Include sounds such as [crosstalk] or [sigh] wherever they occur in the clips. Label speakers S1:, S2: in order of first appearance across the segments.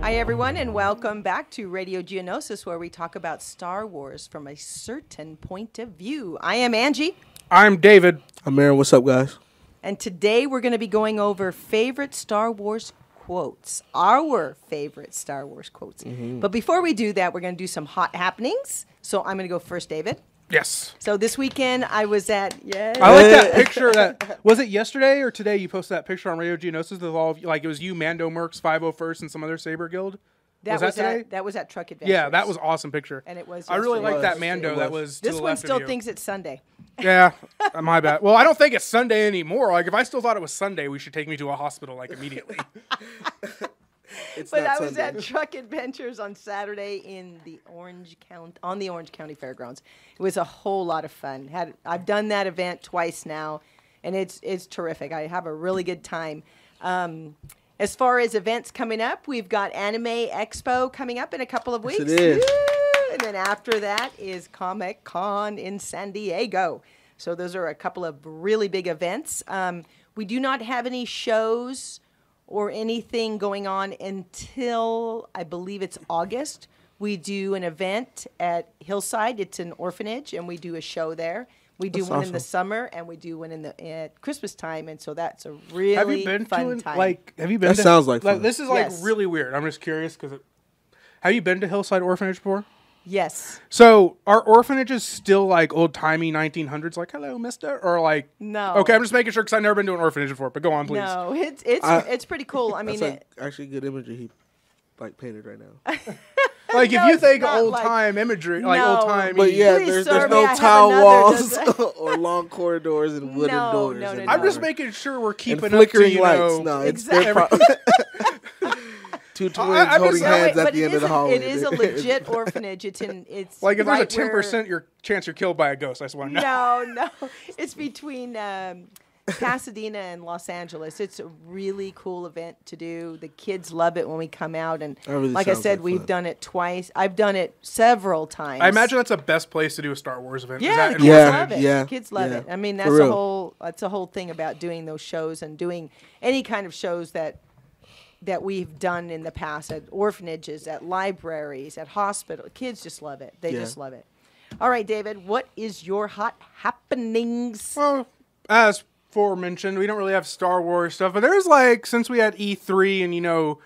S1: Hi, everyone, and welcome back to Radio Geonosis, where we talk about Star Wars from a certain point of view. I am Angie,
S2: I'm David.
S3: I'm Aaron. What's up, guys?
S1: and today we're going to be going over favorite Star Wars quotes, our favorite Star Wars quotes. But before we do that, we're going to do some hot happenings. So I'm going to go first, David.
S2: Yes.
S1: So this weekend I was at yes.
S2: I like
S1: [laughs]
S2: that picture. That was it yesterday or today. You posted that picture on Radio Geonosis with all of you, like it was you, Mando Mercs, Five Hundred First, and some other Saber Guild.
S1: that
S2: was that today?
S1: at, that was at Truck Adventures.
S2: yeah, that was awesome picture.
S1: And it was
S2: I really
S1: yesterday.
S2: like
S3: It
S2: that
S3: was.
S2: Mando.
S3: It
S2: That
S3: was.
S2: was. to
S1: This
S2: the
S1: one
S2: left of
S1: still
S2: you.
S1: thinks it's Sunday.
S2: [laughs] Yeah, [laughs] my bad. Well, I don't think it's Sunday anymore. Like if I still thought it was Sunday, we should take me to a hospital like immediately.
S3: It's
S1: But I was at Truck Adventures on Saturday in the Orange County on the Orange County Fairgrounds. It was a whole lot of fun. Had I've done that event twice now, and it's it's terrific. I have a really good time. Um, as far as events coming up, we've got Anime Expo coming up in a couple of weeks.
S3: it is.
S1: Woo! And then after that is Comic Con in San Diego. So those are a couple of really big events. Um, we do not have any shows or anything going on until I believe it's August. We do an event at Hillside. It's an orphanage, and we do a show there. We do
S3: That's
S1: one in the
S3: awesome.
S1: summer, and we do one in the at Christmas time, and so that's a [laughs] really
S2: have you been
S1: fun
S2: to an,
S1: time.
S2: like? Have you been?
S3: That
S2: to,
S3: sounds like fun.
S2: this is like
S1: Yes.
S2: really weird. I'm just curious because have you been to Hillside Orphanage before?
S1: yes,
S2: So are orphanages still like old timey 1900s, like hello, mister, or like
S1: No.
S2: Okay, I'm just making sure because I've never been to an orphanage before. But go on, please.
S1: no, it's it's
S3: I-
S1: it's pretty cool. I mean,
S3: [laughs] That's like
S1: it,
S3: actually good imagery he like painted
S1: [laughs]
S3: right now.
S2: Like
S1: No,
S2: if you
S1: it's
S2: think
S1: not
S2: old
S1: like-
S2: time imagery, like
S1: No.
S2: old time,
S3: But yeah,
S1: Please,
S3: there's,
S1: sir,
S3: there's
S1: may I
S3: no
S1: have
S3: tile
S1: another?
S3: walls
S1: That's
S3: [laughs] or long corridors and wooden
S1: No,
S3: doors.
S1: no,
S3: and
S1: no, no.
S2: I'm just
S1: Alright.
S2: making sure we're
S3: and
S2: keeping up to
S3: flickering
S2: you
S3: lights.
S2: know.
S3: No, it's
S1: Exactly.
S3: they're pro-
S2: [laughs]
S3: [laughs] two
S2: I'm just-
S3: twins holding
S2: No,
S1: No, wait,
S3: hands at
S1: but
S3: the
S1: it
S3: end of
S1: is
S3: the
S1: a-
S3: hallway.
S1: It is
S3: [laughs]
S1: a legit orphanage. It's in it's
S2: Like if
S1: right
S2: there's a ten
S1: where-
S2: percent your chance you're killed by a ghost, I just want to know.
S1: No, no. It's between um, Pasadena and Los Angeles. It's a really cool event to do. The kids love it when we come out, and
S3: That really
S1: like I
S3: sounds
S1: said,
S3: like
S1: we've
S3: fun.
S1: done it twice. I've done it several times.
S2: I imagine that's the best place to do a Star Wars event. is
S1: Yeah,
S2: that
S1: the
S2: in
S1: kids
S3: Yeah,
S1: love it.
S3: yeah,
S1: kids love
S3: yeah.
S1: it. I mean,
S3: For
S1: that's a
S3: real.
S1: whole that's a whole thing about doing those shows and doing any kind of shows that that we've done in the past at orphanages, at libraries, at hospital. Kids just love it. They
S3: Yeah.
S1: just love it. All right, David, what is your hot happenings?
S2: Well, as forementioned, we don't really have Star Wars stuff, but there's like since we had E3 and you know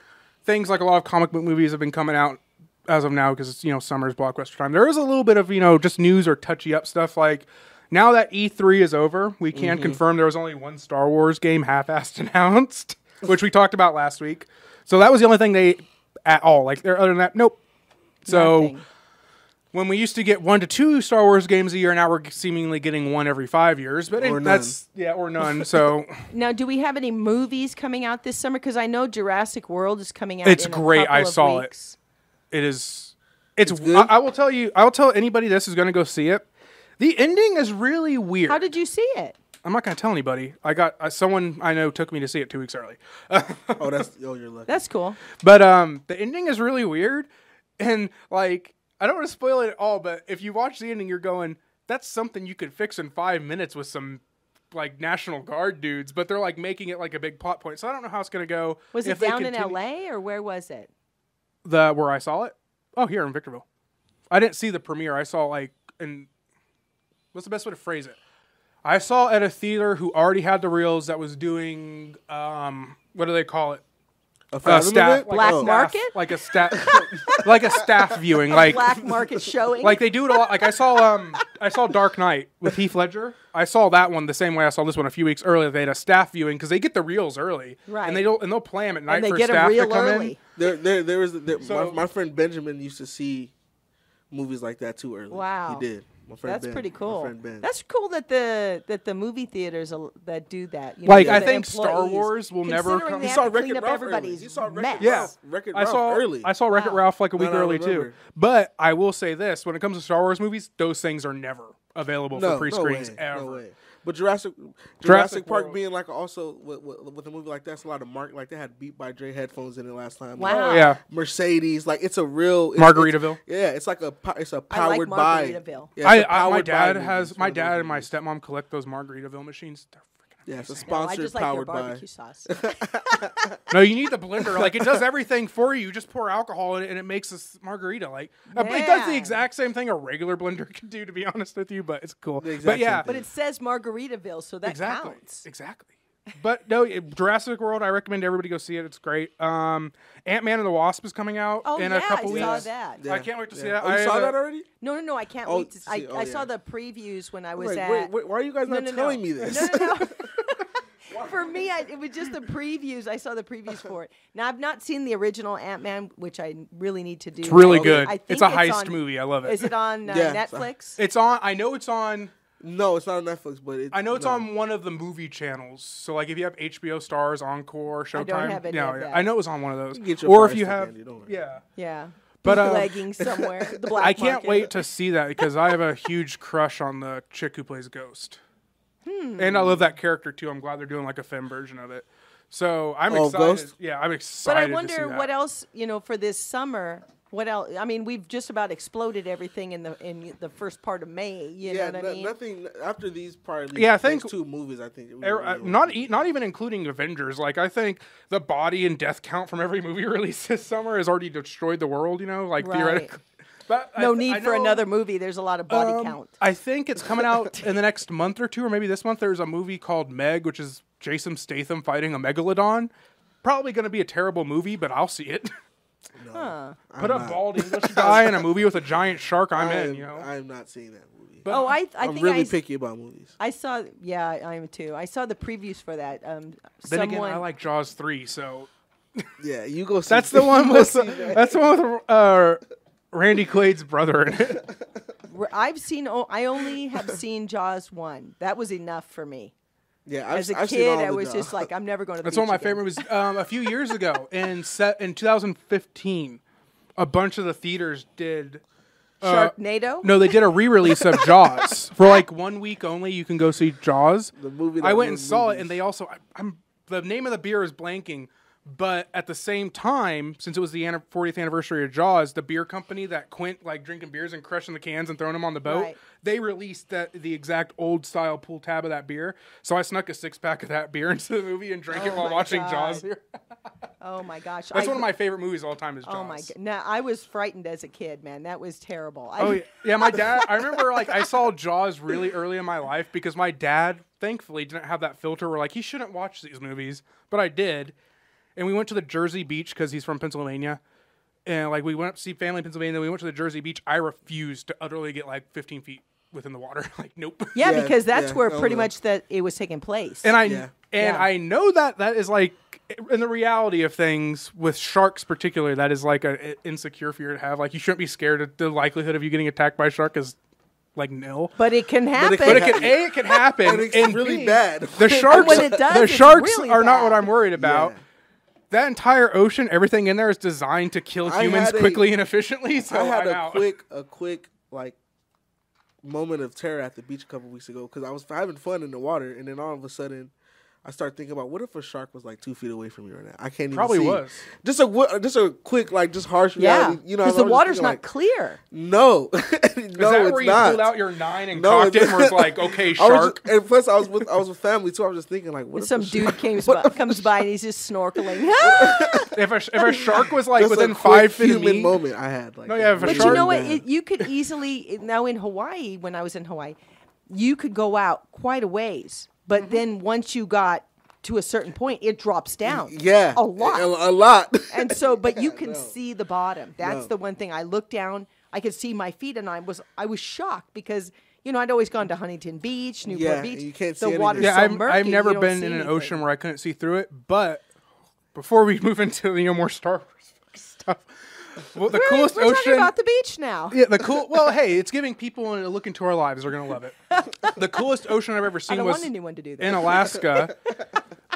S2: things like a lot of comic book movies have been coming out as of now because it's you know summer's blockbuster time. There is a little bit of you know just news or touchy up stuff like. Now that E3 is over, we can confirm there was only one Star Wars game half-assed [laughs] announced, which we talked about last week. So that was the only thing they at all like. There, other than that, nope. So
S1: Nothing.
S2: when we used to get one to two Star Wars games a year, now we're seemingly getting one every five years. But it-
S3: Or
S2: that's yeah, or none.
S3: [laughs]
S2: So
S1: Now, do we have any movies coming out this summer? Because I know Jurassic World is coming out.
S2: It's
S1: in a
S2: great.
S1: couple
S2: I
S1: of
S2: saw it.
S1: weeks.
S2: it is. It's.
S3: good?
S2: I, I will tell you. I will tell anybody this is going to go see it. The ending is really weird.
S1: How did you see it?
S2: I'm not going to tell anybody. I got uh, someone I know took me to see it two weeks early.
S3: oh, that's
S1: [laughs]
S3: oh, you're lucky.
S2: Uh,
S1: That's cool.
S2: But um, the ending is really weird, and like I don't want to spoil it at all. But if you watch the ending, you're going, "That's something you could fix in five minutes with some like National Guard dudes." But they're like making it like a big plot point. So I don't know how it's gonna go.
S1: Was it
S2: if they
S1: down in
S2: continue-
S1: L.A. or where was it?
S2: The where I saw it? Oh, here in Victorville. I didn't see the premiere. I saw like and what's the best way to phrase it? I saw at a theater who already had the reels that was doing um what do they call it?
S3: a
S2: uh,
S3: fathom
S2: staff,
S3: event?
S2: like
S1: Black
S2: a
S3: oh.
S2: staff-
S1: market?
S2: like a staff, [laughs] like a staff viewing, like
S1: Black market showing.
S2: [laughs] like they do it a lot. Like I saw, um, I saw Dark Knight with Heath Ledger. I saw that one the same way I saw this one a few weeks earlier. They had a staff viewing because they get the reels early,
S1: Right.
S2: And they don't, and they'll play them at night
S1: and they
S2: for
S1: get
S2: staff
S1: them real
S2: to come
S1: early.
S2: in.
S3: There, there, there was there,
S2: So-
S3: my, my friend Benjamin used to see movies like that too early.
S1: Wow.
S3: he did. My friend
S1: That's
S3: Ben.
S1: pretty
S3: My
S1: cool.
S3: friend Ben.
S1: That's cool that the that the movie theaters al- that do that. You know,
S2: Like,
S1: the
S2: I think Star
S1: employees,
S2: Wars will never
S1: considering
S2: come-
S1: They
S2: You
S1: have
S3: saw
S1: to
S3: Wreck-It
S1: clean up
S3: Ralph early.
S1: everybody's
S3: You saw Wreck-It
S1: mess.
S3: Ralph.
S2: Yeah,
S3: Ralph- Wreck-It
S2: I
S3: Ralph
S2: saw
S3: early.
S2: I saw Wreck It
S1: Wow.
S2: Ralph like a week
S3: No, no, I
S2: early too.
S3: remember.
S2: But I will say this: when it comes to Star Wars movies, those things are never available for pre-screens
S3: way,
S2: ever.
S3: way. But Jurassic Jurassic,
S2: Jurassic
S3: Park
S2: World.
S3: being like also with, with, with a movie like that's a lot of mark like they had Beat by Dre headphones in it last time.
S1: Wow.
S2: Oh, yeah,
S3: Mercedes, like it's a real it's,
S2: Margaritaville.
S3: it's- yeah, it's like a po- it's a
S1: I like
S3: powered by.
S1: Margaritaville.
S3: Yeah, it's
S2: I,
S3: a
S2: I my
S3: powered by
S2: dad
S3: movie.
S2: has
S3: It's
S2: my
S3: one of those
S2: dad and my
S3: movies.
S2: stepmom collect those Margaritaville machines. They're freaking
S3: Yeah, it's a
S1: No, I
S3: sponsored
S1: just like your
S3: powered by.
S1: barbecue sauce.
S3: [laughs]
S2: No, you need the blender. Like it does everything for you. You just pour alcohol in it, and it makes this margarita. Like uh, it does the
S1: Yeah.
S2: exact same thing a regular blender [laughs] can do. To be honest with you, but it's cool.
S3: The exact
S2: But
S3: same
S2: yeah,
S3: thing.
S1: but it says Margaritaville, so that
S2: exactly,
S1: counts.
S2: exactly. But no, it- Jurassic World. I recommend everybody go see it. It's great. Um, Ant Man and the Wasp is coming out
S1: Oh
S2: in
S1: yeah,
S2: a couple
S1: I
S2: weeks.
S1: saw that.
S2: I can't wait to see that.
S3: Oh, you
S2: I
S3: saw
S2: have a-
S3: that already?
S1: No, no, no! I can't
S3: Oh,
S1: wait to. I,
S3: see, oh,
S1: I saw
S3: yeah.
S1: the previews when I was
S3: Like,
S1: at.
S3: wait, wait, why are you guys
S1: no,
S3: not
S1: no, no.
S3: telling me this?
S1: [laughs] No,
S3: [laughs]
S1: no, no. [laughs] for me, I, it was just the previews. I saw the previews for it. Now I've not seen the original Ant Man, which I really need to do.
S2: It's really
S1: I
S2: good.
S1: think
S2: It's a heist
S1: on-
S2: movie. I love it.
S1: Is it on uh,
S3: Yeah, it's
S2: [laughs]
S3: on-
S1: Netflix?
S2: It's on. I know it's on.
S3: No, it's not on Netflix, but it,
S2: I know it's
S3: no.
S2: on one of the movie channels. So like, if you have HBO Stars, Encore, Showtime,
S1: don't have any
S2: yeah,
S1: of
S2: yeah.
S1: that.
S2: I know it was on one of those.
S3: You can get your
S2: or
S3: Fire
S2: if you
S3: Stick,
S2: have,
S3: Andy, don't worry.
S2: yeah,
S1: yeah.
S2: But, uh,
S1: leggings [laughs] somewhere. The black.
S2: I can't
S1: market.
S2: wait to see that because I have a huge crush on the chick who plays Ghost,
S1: Hmm.
S2: and I love that character too. I'm glad they're doing like a femme version of it. So I'm
S3: Oh,
S2: excited.
S3: Ghost?
S2: Yeah, I'm
S1: But
S2: excited.
S1: I
S2: to see
S1: wonder
S2: that.
S1: what else you know for this summer. What else? I mean, we've just about exploded everything in the in the first part of May. You
S3: Yeah,
S1: know what
S3: no-
S1: I mean?
S3: nothing after these probably.
S2: Yeah, I
S3: these
S2: think-
S3: two movies. I think we
S2: Er-
S3: really
S2: uh,
S3: won't
S2: not
S3: do.
S2: e- not even including Avengers. Like I think the body and death count from every [laughs] movie released this summer has already destroyed the world. You know, like
S1: Right.
S2: theoretically. [laughs] But I
S1: no
S2: th-
S1: need
S2: I
S1: for
S2: know-
S1: another movie. There's a lot of body
S2: um,
S1: count.
S2: I think it's coming out in the next month or two, or maybe this month. There's a movie called Meg, which is Jason Statham fighting a megalodon. Probably going to be a terrible movie, but I'll see it.
S1: Huh.
S2: Put a
S3: not.
S2: bald [laughs] English guy in a movie with a giant shark. I'm
S3: I
S2: in.
S3: am,
S2: You know,
S3: I am not seeing that movie.
S1: Oh, I I
S3: I'm
S1: think
S3: really
S1: I, s-
S3: picky about movies.
S1: I saw. Yeah, I am too. I saw the previews for that. Um,
S2: then
S1: someone.
S2: again, I like Jaws three, so
S3: Yeah, you go. See
S2: that's the one
S3: you
S2: with
S3: go see that.
S2: that's the one with uh, Randy Quaid's brother in it.
S1: r- I've seen. o- I only have seen Jaws one. That was enough for me.
S3: Yeah, I've,
S1: As a
S3: I've seen
S1: kid,
S3: all
S1: I
S3: the
S1: was
S3: Jaws.
S1: just like, I'm never going to.
S2: That's one of my favorite movies. Um, a few years ago, in set in 2015, a bunch of the theaters did. uh,
S1: Sharknado.
S2: No, they did a re-release of
S3: [laughs]
S2: Jaws for like one week only. You can go see Jaws.
S3: The movie
S2: I
S3: that
S2: went and
S3: ruined
S2: saw it,
S3: movies.
S2: and they also I, I'm the name of the beer is blanking, but at the same time, since it was the anni- 40th anniversary of Jaws, the beer company that Quint like drinking beers and crushing the cans and throwing them on the boat,
S1: Right.
S2: they released that the exact old style pull tab of that beer. So I snuck a six pack of that beer [laughs] into the movie and drank it
S1: Oh
S2: while
S1: my
S2: watching
S1: God.
S2: Jaws. That's
S1: Oh my gosh. I-
S2: one of my favorite movies of all time. Is Jaws.
S1: Oh my god! No, I was frightened as a kid, man. That was terrible. I,
S2: Oh yeah. yeah, my dad. I remember like I saw Jaws really early in my life because my dad, thankfully, didn't have that filter where like he shouldn't watch these movies, but I did. And we went to the Jersey Beach because he's from Pennsylvania, and like we went up to see family in Pennsylvania. Then we went to the Jersey Beach. I refused to utterly get like 15 feet within the water. [laughs] like nope.
S1: yeah,
S3: Yeah,
S1: because that's
S3: yeah,
S1: where pretty
S3: totally.
S1: much that it was taking place.
S2: And I
S3: Yeah.
S2: and
S1: Yeah.
S2: I know that that is like in the reality of things with sharks particularly that is like an insecure fear to have like you shouldn't be scared of the likelihood of you getting attacked by a shark is like nil
S1: but it can happen.
S3: it can
S2: but it
S3: happen. [laughs]
S2: can a it can happen
S3: And it's
S2: and
S3: really
S2: B,
S3: bad.
S2: the
S3: [laughs] And
S2: sharks
S1: when it does,
S2: the
S1: it's
S2: sharks
S1: really
S2: are not what
S1: bad.
S2: i'm worried about
S3: Yeah.
S2: that entire ocean everything in there is designed to kill
S3: I
S2: humans
S3: had a-
S2: quickly and efficiently so
S3: I had
S2: am
S3: a
S2: out
S3: quick, a quick like moment of terror at the beach a couple weeks ago because I was having fun in the water, and then all of a sudden, I start thinking about what if a shark was like two feet away from me right now? I can't even
S2: Probably
S3: see.
S2: was.
S3: just a wo- just a quick like just harsh
S1: yeah,
S3: reality.
S1: because
S3: You know,
S1: the
S3: I was just
S1: water's
S3: thinking,
S1: not
S3: like,
S1: clear.
S3: no, [laughs] no,
S2: is that
S3: it's
S2: where you
S3: not.
S2: pulled out your nine and
S3: No,
S2: cocked it
S3: it's-
S2: and was like okay
S3: [laughs] I was
S2: shark
S3: [laughs] just- and plus, I was with I was with family too. I was just thinking like, what if
S1: Some
S3: a shark-
S1: dude
S3: [laughs]
S1: comes by, comes by and he's just snorkeling. Ah!
S2: if, a, if a shark was like
S3: Just a
S2: within
S3: quick
S2: five feet of
S3: human
S2: me
S3: moment I had. Like,
S2: No, yeah, if a
S1: but
S2: shark-
S1: you know what?
S3: Yeah.
S1: It, you could easily now in Hawaii. When I was in Hawaii, you could go out quite a ways, but
S3: Mm-hmm.
S1: then once you got to a certain point, it drops down.
S3: yeah,
S1: a lot.
S3: a, a lot. [laughs]
S1: and so but you can
S3: no.
S1: see the bottom that's
S3: No.
S1: the one thing i looked down i could see my feet and i was i was shocked because you know i'd always gone to huntington beach newport
S3: Yeah,
S1: beach
S3: you can't
S1: the
S3: see
S1: water's
S2: yeah
S1: so
S2: I've,
S1: murky,
S2: I've
S1: you
S2: never
S1: don't
S2: been
S1: see
S2: in an
S1: anything.
S2: ocean where i couldn't see through it but before we move into you know more star wars [laughs] stuff well, the
S1: We're-
S2: coolest
S1: we're talking
S2: ocean
S1: about the beach now
S2: Yeah, the cool. Well, hey, it's giving people a look into our lives. They're gonna
S1: [laughs]
S2: love it. The coolest ocean I've ever seen
S1: i don't
S2: was
S1: want anyone to do that [laughs]
S2: in Alaska.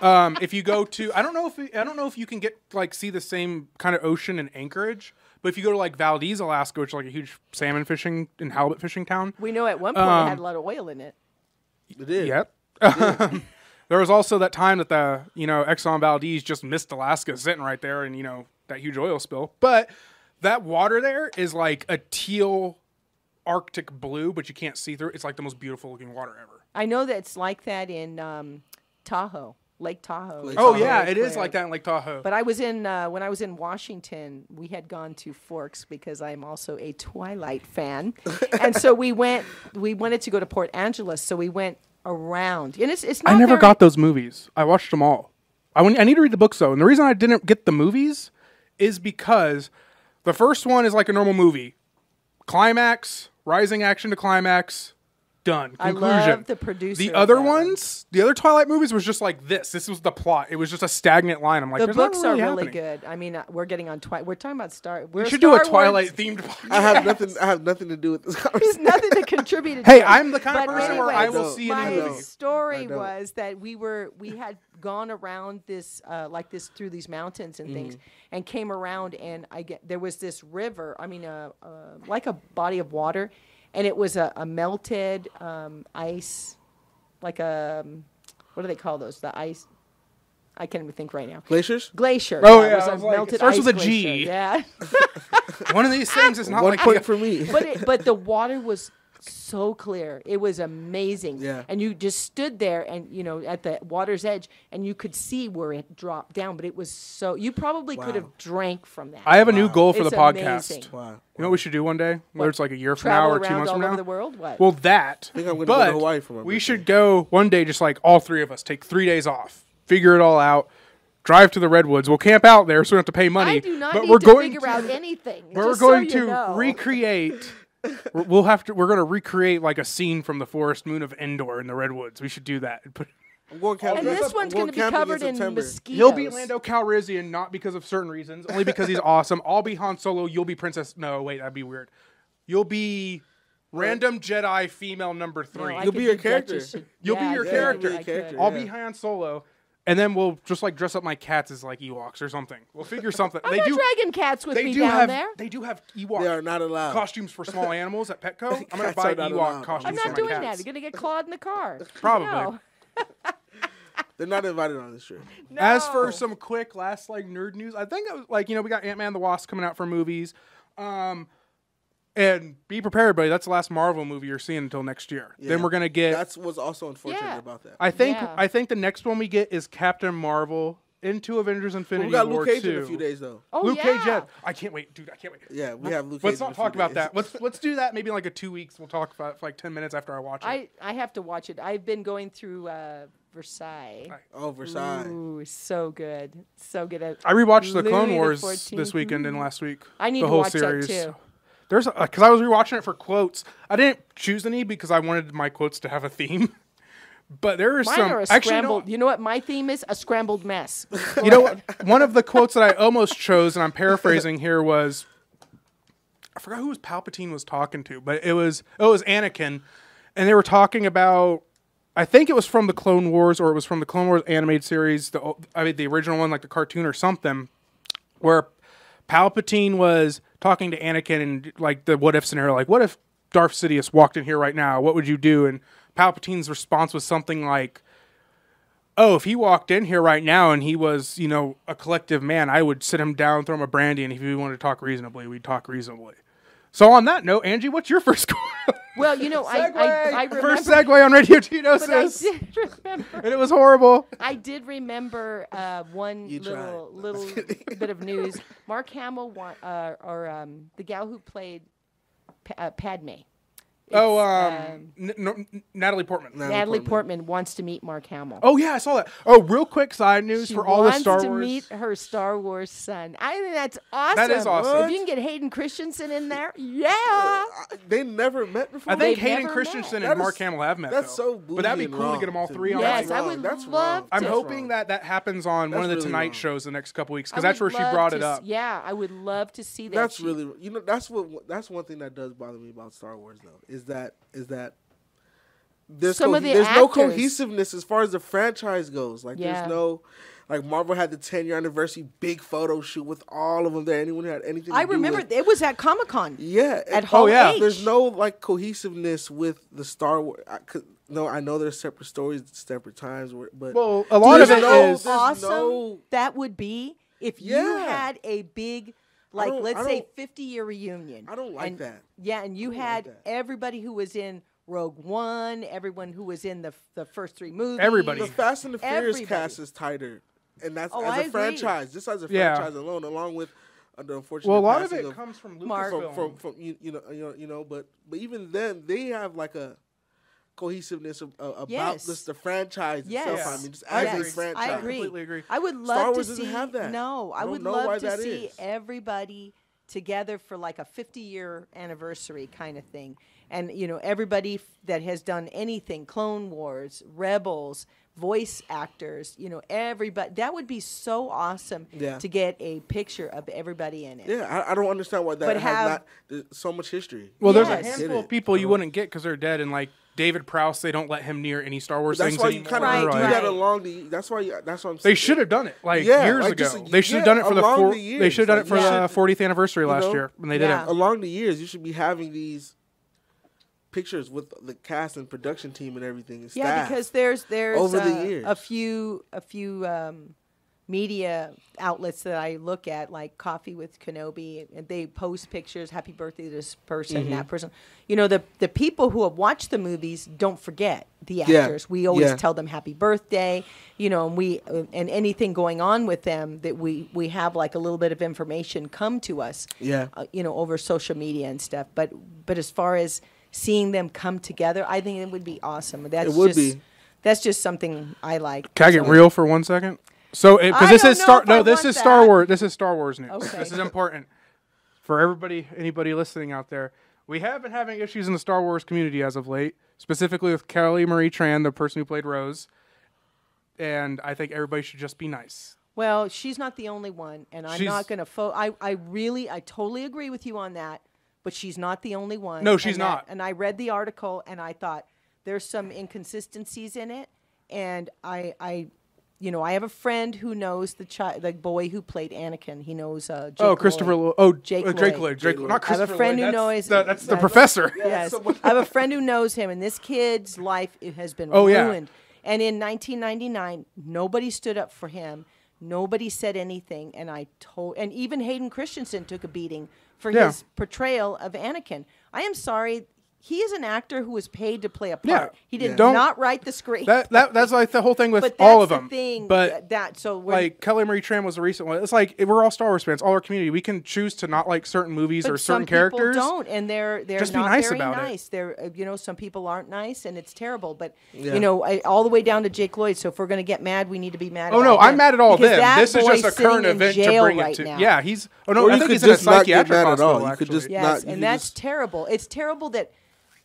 S2: um, if you go to, I don't know if I don't know if you can get like see the same kind of ocean in Anchorage, but if you go to like Valdez, Alaska, which is like a huge salmon fishing and halibut fishing town.
S1: we know at one point
S2: um,
S1: it had a lot of oil in it
S3: it is.
S2: Yep. [laughs] there was also that time that the you know Exxon Valdez just missed Alaska, sitting right there, and you know that huge oil spill. But that water there is like a teal Arctic blue, but you can't see through. it. It's like the most beautiful looking water ever.
S1: i know that it's like that in um, Tahoe, Lake Tahoe.
S3: Lake
S1: is
S2: Oh
S1: on
S2: yeah,
S1: Lake
S2: it is
S1: Claire.
S2: like that in Lake Tahoe.
S1: But I was in uh, when I was in Washington. We had gone to Forks because I am also a Twilight fan, and so we went. We wanted to go to Port Angeles, so we went around. And it's it's not
S2: I never
S1: very-
S2: got those movies. I watched them all. I, want- I need to read the books though, and the reason I didn't get the movies is because the first one is like a normal movie, climax, rising action to climax, done.
S1: I
S2: Conclusion.
S1: love the producer
S2: The
S1: of
S2: other
S1: that one.
S2: ones, the other Twilight movies, was just like this. This was the plot. It was just a stagnant line. I'm like,
S1: The
S2: "There's
S1: books
S2: not really
S1: are really
S2: happening."
S1: good. I mean, uh, we're getting on Twilight. We're talking about Star. We're
S2: We should do a
S1: Star Wars.
S2: Twilight themed [laughs] podcast.
S3: I have nothing. I have nothing to do with this
S1: There's
S3: conversation.
S1: nothing to contribute. to
S2: [laughs] Hey,
S1: it.
S2: I'm the kind of
S1: But
S2: person where I
S1: anyways,
S2: will see
S1: my
S2: any
S3: don't.
S2: movie.
S3: I
S1: story
S3: don't.
S1: was that we were we had gone around this uh, like this through these mountains and things and came around and I get there was this river. I mean, uh, uh, like a body of water, and it was a, a melted um, ice, like a um, what do they call those? The ice. I can't even think right now.
S3: Glaciers.
S1: Glacier.
S2: Oh,
S1: it
S2: yeah,
S1: was
S2: I
S1: a
S2: was like, it
S1: melted
S2: starts with
S1: ice
S2: a G.
S1: glacier. Yeah.
S2: One of these things is not
S3: One
S2: like
S3: point
S2: the-
S3: for me.
S1: but it, but the water was so clear. It was amazing.
S3: Yeah.
S1: And you just stood there and you know at the water's edge and you could see where it dropped down. But it was so you probably could
S3: Wow.
S1: have drank from that.
S2: I have a new goal for
S1: It's
S2: the podcast.
S1: amazing.
S3: wow.
S2: You know what we should do one day? Whether it's like a year from
S1: Travel
S2: now or two
S1: around
S2: months
S1: all
S2: from
S1: over
S2: now.
S1: the world? What?
S2: Well, that.
S3: think I'm gonna go
S2: but
S3: to Hawaii for my
S2: we
S3: birthday.
S2: should go one day, just like all three of us, take three days off, figure it all out, drive to the redwoods. We'll camp out there, so we don't have to pay money.
S1: I do not
S2: but
S1: need
S2: we're
S1: to
S2: going
S1: figure
S2: to,
S1: out anything.
S2: but we're
S1: just so
S2: going
S1: you
S2: to
S1: know. [laughs]
S2: recreate. we're- we'll have to. We're going to recreate like a scene from the forest moon of Endor in the redwoods. We should do that. Put-
S3: I'm going camping.
S1: And
S3: I'm
S1: this one's going to be
S3: camping
S1: covered in
S3: September.
S1: mosquitoes.
S2: He'll be Lando Calrissian, not because of certain reasons, only because he's [laughs] awesome. I'll be Han Solo. You'll be Princess. No, wait, that'd be weird. You'll be random Jedi female number
S1: No,
S2: three.
S1: I
S3: You'll
S1: could
S3: be your
S1: Duchess.
S3: character.
S2: You'll be
S1: Yeah,
S2: your
S1: I could.
S2: character.
S1: I could.
S3: Character.
S2: I'll
S3: Yeah.
S2: be Han Solo, and then we'll just like dress up my cats as like Ewoks or something. We'll figure something.
S1: [laughs] I'm
S2: they
S1: not
S2: do.
S1: dragging cats with
S2: They
S1: me
S2: do
S1: down
S2: have.
S1: there.
S2: They do have Ewok
S3: They are not allowed.
S2: costumes for small
S3: [laughs]
S2: animals at Petco. I'm gonna
S3: Cats
S2: buy
S3: are not
S2: Ewok
S3: allowed.
S2: costumes
S1: I'm not
S2: for my
S1: doing that.
S2: cats.
S1: You're going to get clawed in the car.
S2: Probably.
S1: No.
S3: They're not invited on this trip.
S2: As for
S1: No.
S2: some quick last like nerd news, I think I was like you know we got Ant Man the Wasp coming out for movies, um, and be prepared, buddy. That's the last Marvel movie you're seeing until next year. Then
S3: Yeah.
S2: we're gonna get.
S3: That's what's also unfortunate
S1: Yeah.
S3: about that.
S2: I think
S1: Yeah.
S2: I think the next one we get is Captain Marvel into Avengers Infinity
S3: we got
S2: War
S3: Luke Cage in a
S2: two.
S3: few days though.
S1: Oh,
S2: Luke
S1: yeah.
S2: Cage, yeah. I can't wait, dude. I can't wait.
S3: Yeah, we have Luke. Cage
S2: Let's
S3: in a
S2: not
S3: few
S2: talk about
S3: days.
S2: that. Let's let's do that maybe in like a two weeks. We'll talk about it for like ten minutes after I watch it.
S1: I, I have to watch it. I've been going through uh, Versailles.
S2: Right.
S3: Oh, Versailles.
S1: Ooh, so good, so good. I,
S2: I rewatched the Clone
S1: Louis the
S2: Wars
S1: 14th.
S2: this weekend and last week.
S1: I need
S2: the
S1: to
S2: whole
S1: watch that,
S2: series.
S1: too.
S2: There's because I was rewatching it for quotes. I didn't choose any because I wanted my quotes to have a theme. [laughs] But there are
S1: mine
S2: some
S1: are a
S2: actually. you know
S1: scrambled. You know, what my theme is? A scrambled
S2: [laughs]
S1: mess.
S2: you know what? One of the quotes that I almost chose, and I'm paraphrasing here, was I forgot who was Palpatine was talking to, but it was oh, it was Anakin, and they were talking about. I think it was from the Clone Wars, or it was from the Clone Wars animated series. The o- I mean, the original one, like the cartoon or something, where Palpatine was talking to Anakin and like the what if scenario, like what if Darth Sidious walked in here right now? What would you do? And Palpatine's response was something like, oh, if he walked in here right now and he was, you know, a collective man, I would sit him down, throw him a brandy, and if he wanted to talk reasonably, we'd talk reasonably. So on that note, Angie, what's your first [laughs] score?
S1: Well, you know, I, I, I remember.
S2: first segue on Radio
S1: but I
S2: Genosis.
S1: did remember.
S2: And it
S1: [laughs]
S2: was horrible.
S1: I did remember uh, one
S3: You tried.
S1: little
S3: No, I'm
S1: little bit of news. Mark Hamill, wa- uh, or um, the gal who played pa- uh, Padme,
S2: oh, uh, um,
S1: It's,
S2: N- N- N- Natalie Portman.
S3: Natalie
S1: Natalie Portman wants to meet Mark Hamill.
S2: Oh yeah, I saw that. Oh, real quick side news
S1: She
S2: for all the
S1: wants
S2: Star
S1: to
S2: Wars.
S1: meet her Star Wars son. I think that's awesome.
S2: is awesome.
S1: If you can get Hayden Christensen in there,
S3: Uh,
S1: yeah.
S3: I- they never met before.
S2: I think
S1: They've
S2: Hayden
S1: never
S2: Christensen
S1: met.
S2: and
S3: That
S2: Mark
S3: is-
S2: Hamill have met.
S3: that's
S2: though.
S3: so
S2: But that'd be
S3: bougie
S2: cool
S3: and
S2: to get them all
S3: wrong to
S2: three
S3: me.
S2: on.
S1: Yes,
S2: one.
S1: I
S3: wrong.
S1: would
S3: That's
S1: love
S3: wrong.
S1: to.
S2: I'm
S3: That's
S2: hoping
S3: wrong.
S2: that that happens on one of the
S3: really
S2: Tonight
S3: wrong.
S2: shows the next couple weeks
S1: I
S2: because that's where
S1: would
S2: she
S1: love
S2: brought
S1: to
S2: it
S1: s-
S2: up.
S1: Yeah, I would love to see that.
S3: That's
S1: She-
S3: really you know that's what that's one thing that does bother me about Star Wars though is that is that there's
S1: Some
S3: co-
S1: of the
S3: there's no
S1: actors-
S3: cohesiveness as far as the franchise goes. Like
S1: Yeah.
S3: there's no like Marvel had the 10 year anniversary big photo shoot with all of them there. Anyone who had anything?
S1: I
S3: to do
S1: remember
S3: with-
S1: it was at Comic Con.
S3: Yeah.
S1: At
S3: it-
S1: Hall
S2: yeah.
S1: H.
S3: There's no like cohesiveness with the Star Wars. I, could- no, I know there's separate stories, separate times, where- but
S2: Well, a lot
S1: You
S2: of
S1: know
S2: it
S3: There's
S1: how
S3: no-
S2: is.
S3: there's
S1: awesome
S3: no-
S1: that would be if you
S3: Yeah.
S1: had a big, like
S3: don't-
S1: let's
S3: I
S1: say,
S3: don't-
S1: fifty year reunion.
S3: I don't like
S1: and-
S3: that.
S1: Yeah, and you
S3: don't like
S1: had
S3: that.
S1: everybody who was in Rogue One, everyone who was in the f- the first three movies.
S2: Everybody.
S3: The Fast and the Furious
S1: Everybody.
S3: cast is tighter, and that's
S1: Oh,
S3: as a
S1: I agree.
S3: franchise, just as a
S2: Yeah.
S3: franchise alone, along with uh, the unfortunate.
S2: Well, a lot of
S3: passing
S2: it comes from
S1: Mark.
S2: Lucasfilm.
S3: from, from, from you, you know you know you know, but but even then they have like a cohesiveness of, uh, about
S1: Yes.
S3: this the franchise
S1: Yes.
S3: itself. I mean, just
S1: I
S3: as
S1: agree.
S3: a franchise.
S1: I agree.
S2: Completely agree.
S1: I would love
S3: Star
S1: to
S3: Wars
S1: see.
S3: doesn't have that.
S1: No, I
S3: I don't
S1: would
S3: know
S1: love
S3: why
S1: to
S3: that
S1: see
S3: is.
S1: everybody together for like a 50 year anniversary kind of thing. And you know, everybody f- that has done anything, Clone Wars, Rebels, voice actors, you know, everybody. That would be so awesome
S3: Yeah.
S1: to get a picture of everybody in it.
S3: Yeah, I, I don't understand why that
S1: But
S3: has
S1: have-
S3: not there's so much history.
S2: Well, there's
S1: Yes.
S2: a
S1: Did
S2: handful
S3: it. Uh-huh.
S2: of people you wouldn't get because they're dead, and like David Prowse, they don't let him near any Star Wars
S3: That's
S2: things
S3: why you
S2: anymore.
S3: kind of
S1: Right,
S3: do
S1: right.
S3: that along the. That's why. You, that's what I'm.
S2: They
S3: saying.
S2: should have done it like
S3: Yeah,
S2: years
S3: like,
S2: ago.
S3: just,
S2: they should have
S3: yeah,
S2: done it for the,
S3: along
S2: four,
S3: the
S2: They
S3: years,
S2: should have done
S3: like,
S2: it for
S3: you
S2: the
S3: should-
S2: 40th anniversary last
S3: know?
S2: year, and they
S1: Yeah.
S2: didn't.
S3: along the years you should be having these pictures with the cast and production team and everything. and
S1: Yeah,
S3: staff.
S1: because there's there's
S3: Over the
S1: uh,
S3: years.
S1: a few a few um, media outlets that I look at, like Coffee with Kenobi, and they post pictures, happy birthday to this person,
S3: Mm-hmm.
S1: that person. You know, the the people who have watched the movies don't forget the actors. We always
S3: Yeah.
S1: tell them happy birthday, you know, and we and anything going on with them that we we have like a little bit of information come to us
S3: Yeah.
S1: uh, you know, over social media and stuff. But but as far as seeing them come together, I think it would be awesome. That's
S3: It would
S1: just,
S3: be.
S1: That's just something I like.
S2: Can I get
S1: So-
S2: real for one second? So,
S1: I
S2: because this
S1: don't
S2: is
S1: know
S2: Star,
S1: if I
S2: no, this
S1: want
S2: is Star
S1: that.
S2: Wars. This is Star Wars news.
S1: Okay.
S2: This is important for everybody, anybody listening out there. We have been having issues in the Star Wars community as of late, specifically with Kelly Marie Tran, the person who played Rose. And I think everybody should just be nice.
S1: Well, she's not the only one, and I'm
S2: She's-
S1: not going to. Fo- I I really I totally agree with you on that. But she's not the only one.
S2: No, she's
S1: and that-
S2: not.
S1: And I read the article, and I thought there's some inconsistencies in it, and I I. You know, I have a friend who knows the chi- the boy who played Anakin. He knows uh, Jake
S2: Oh, Christopher.
S1: Lloyd.
S2: Lloyd. Oh,
S1: Jake
S2: Jake. Uh, Jake
S1: Lloyd.
S2: Lloyd. Jake Lloyd.
S1: I
S2: Not
S1: have
S2: Christopher.
S1: a friend
S2: Lloyd.
S1: who
S2: That's
S1: knows.
S2: the, that's the
S1: I-
S2: professor.
S1: [laughs] Yes, I have a friend who knows him, and this kid's life i- has been
S2: Oh, yeah.
S1: ruined. And in 1999, nobody stood up for him. Nobody said anything, and I told, and even Hayden Christensen took a beating for
S2: Yeah.
S1: his portrayal of Anakin. I am sorry. He is an actor who was paid to play a
S2: Yeah.
S1: part. He did
S2: Don't-
S1: not write the script.
S2: That, that that's like the whole thing
S1: [laughs]
S2: with
S1: but that's
S2: all of
S1: the
S2: them.
S1: thing.
S2: but
S1: that so we're,
S2: like Kelly Marie Tran was a recent one. It's like we're all Star Wars fans, all our community. We can choose to not like certain movies
S1: but
S2: or certain
S1: some
S2: characters.
S1: people don't, and they're they're
S2: Just be
S1: not
S2: nice
S1: very
S2: about it.
S1: nice. They're uh, you know some people aren't nice, and it's terrible. But
S3: Yeah.
S1: you know I, all the way down to Jake Lloyd. So if we're gonna get mad, we need to be mad.
S2: Oh
S1: about
S2: no, I'm
S1: him.
S2: mad at all
S1: Because
S2: them.
S1: that
S2: This is
S1: boy's
S2: just a current
S1: sitting in
S2: event to
S1: jail
S2: bring
S1: right
S2: it to.
S1: now.
S2: Yeah, he's. Oh no,
S3: Or
S2: I
S3: you
S2: think
S3: could
S2: he's in a
S3: just not get
S2: psychiatric
S3: mad at all.
S2: hospital.
S3: You could
S2: actually.
S3: just- not-
S1: Yes,
S3: you
S1: and that's
S3: just-
S1: terrible. It's terrible that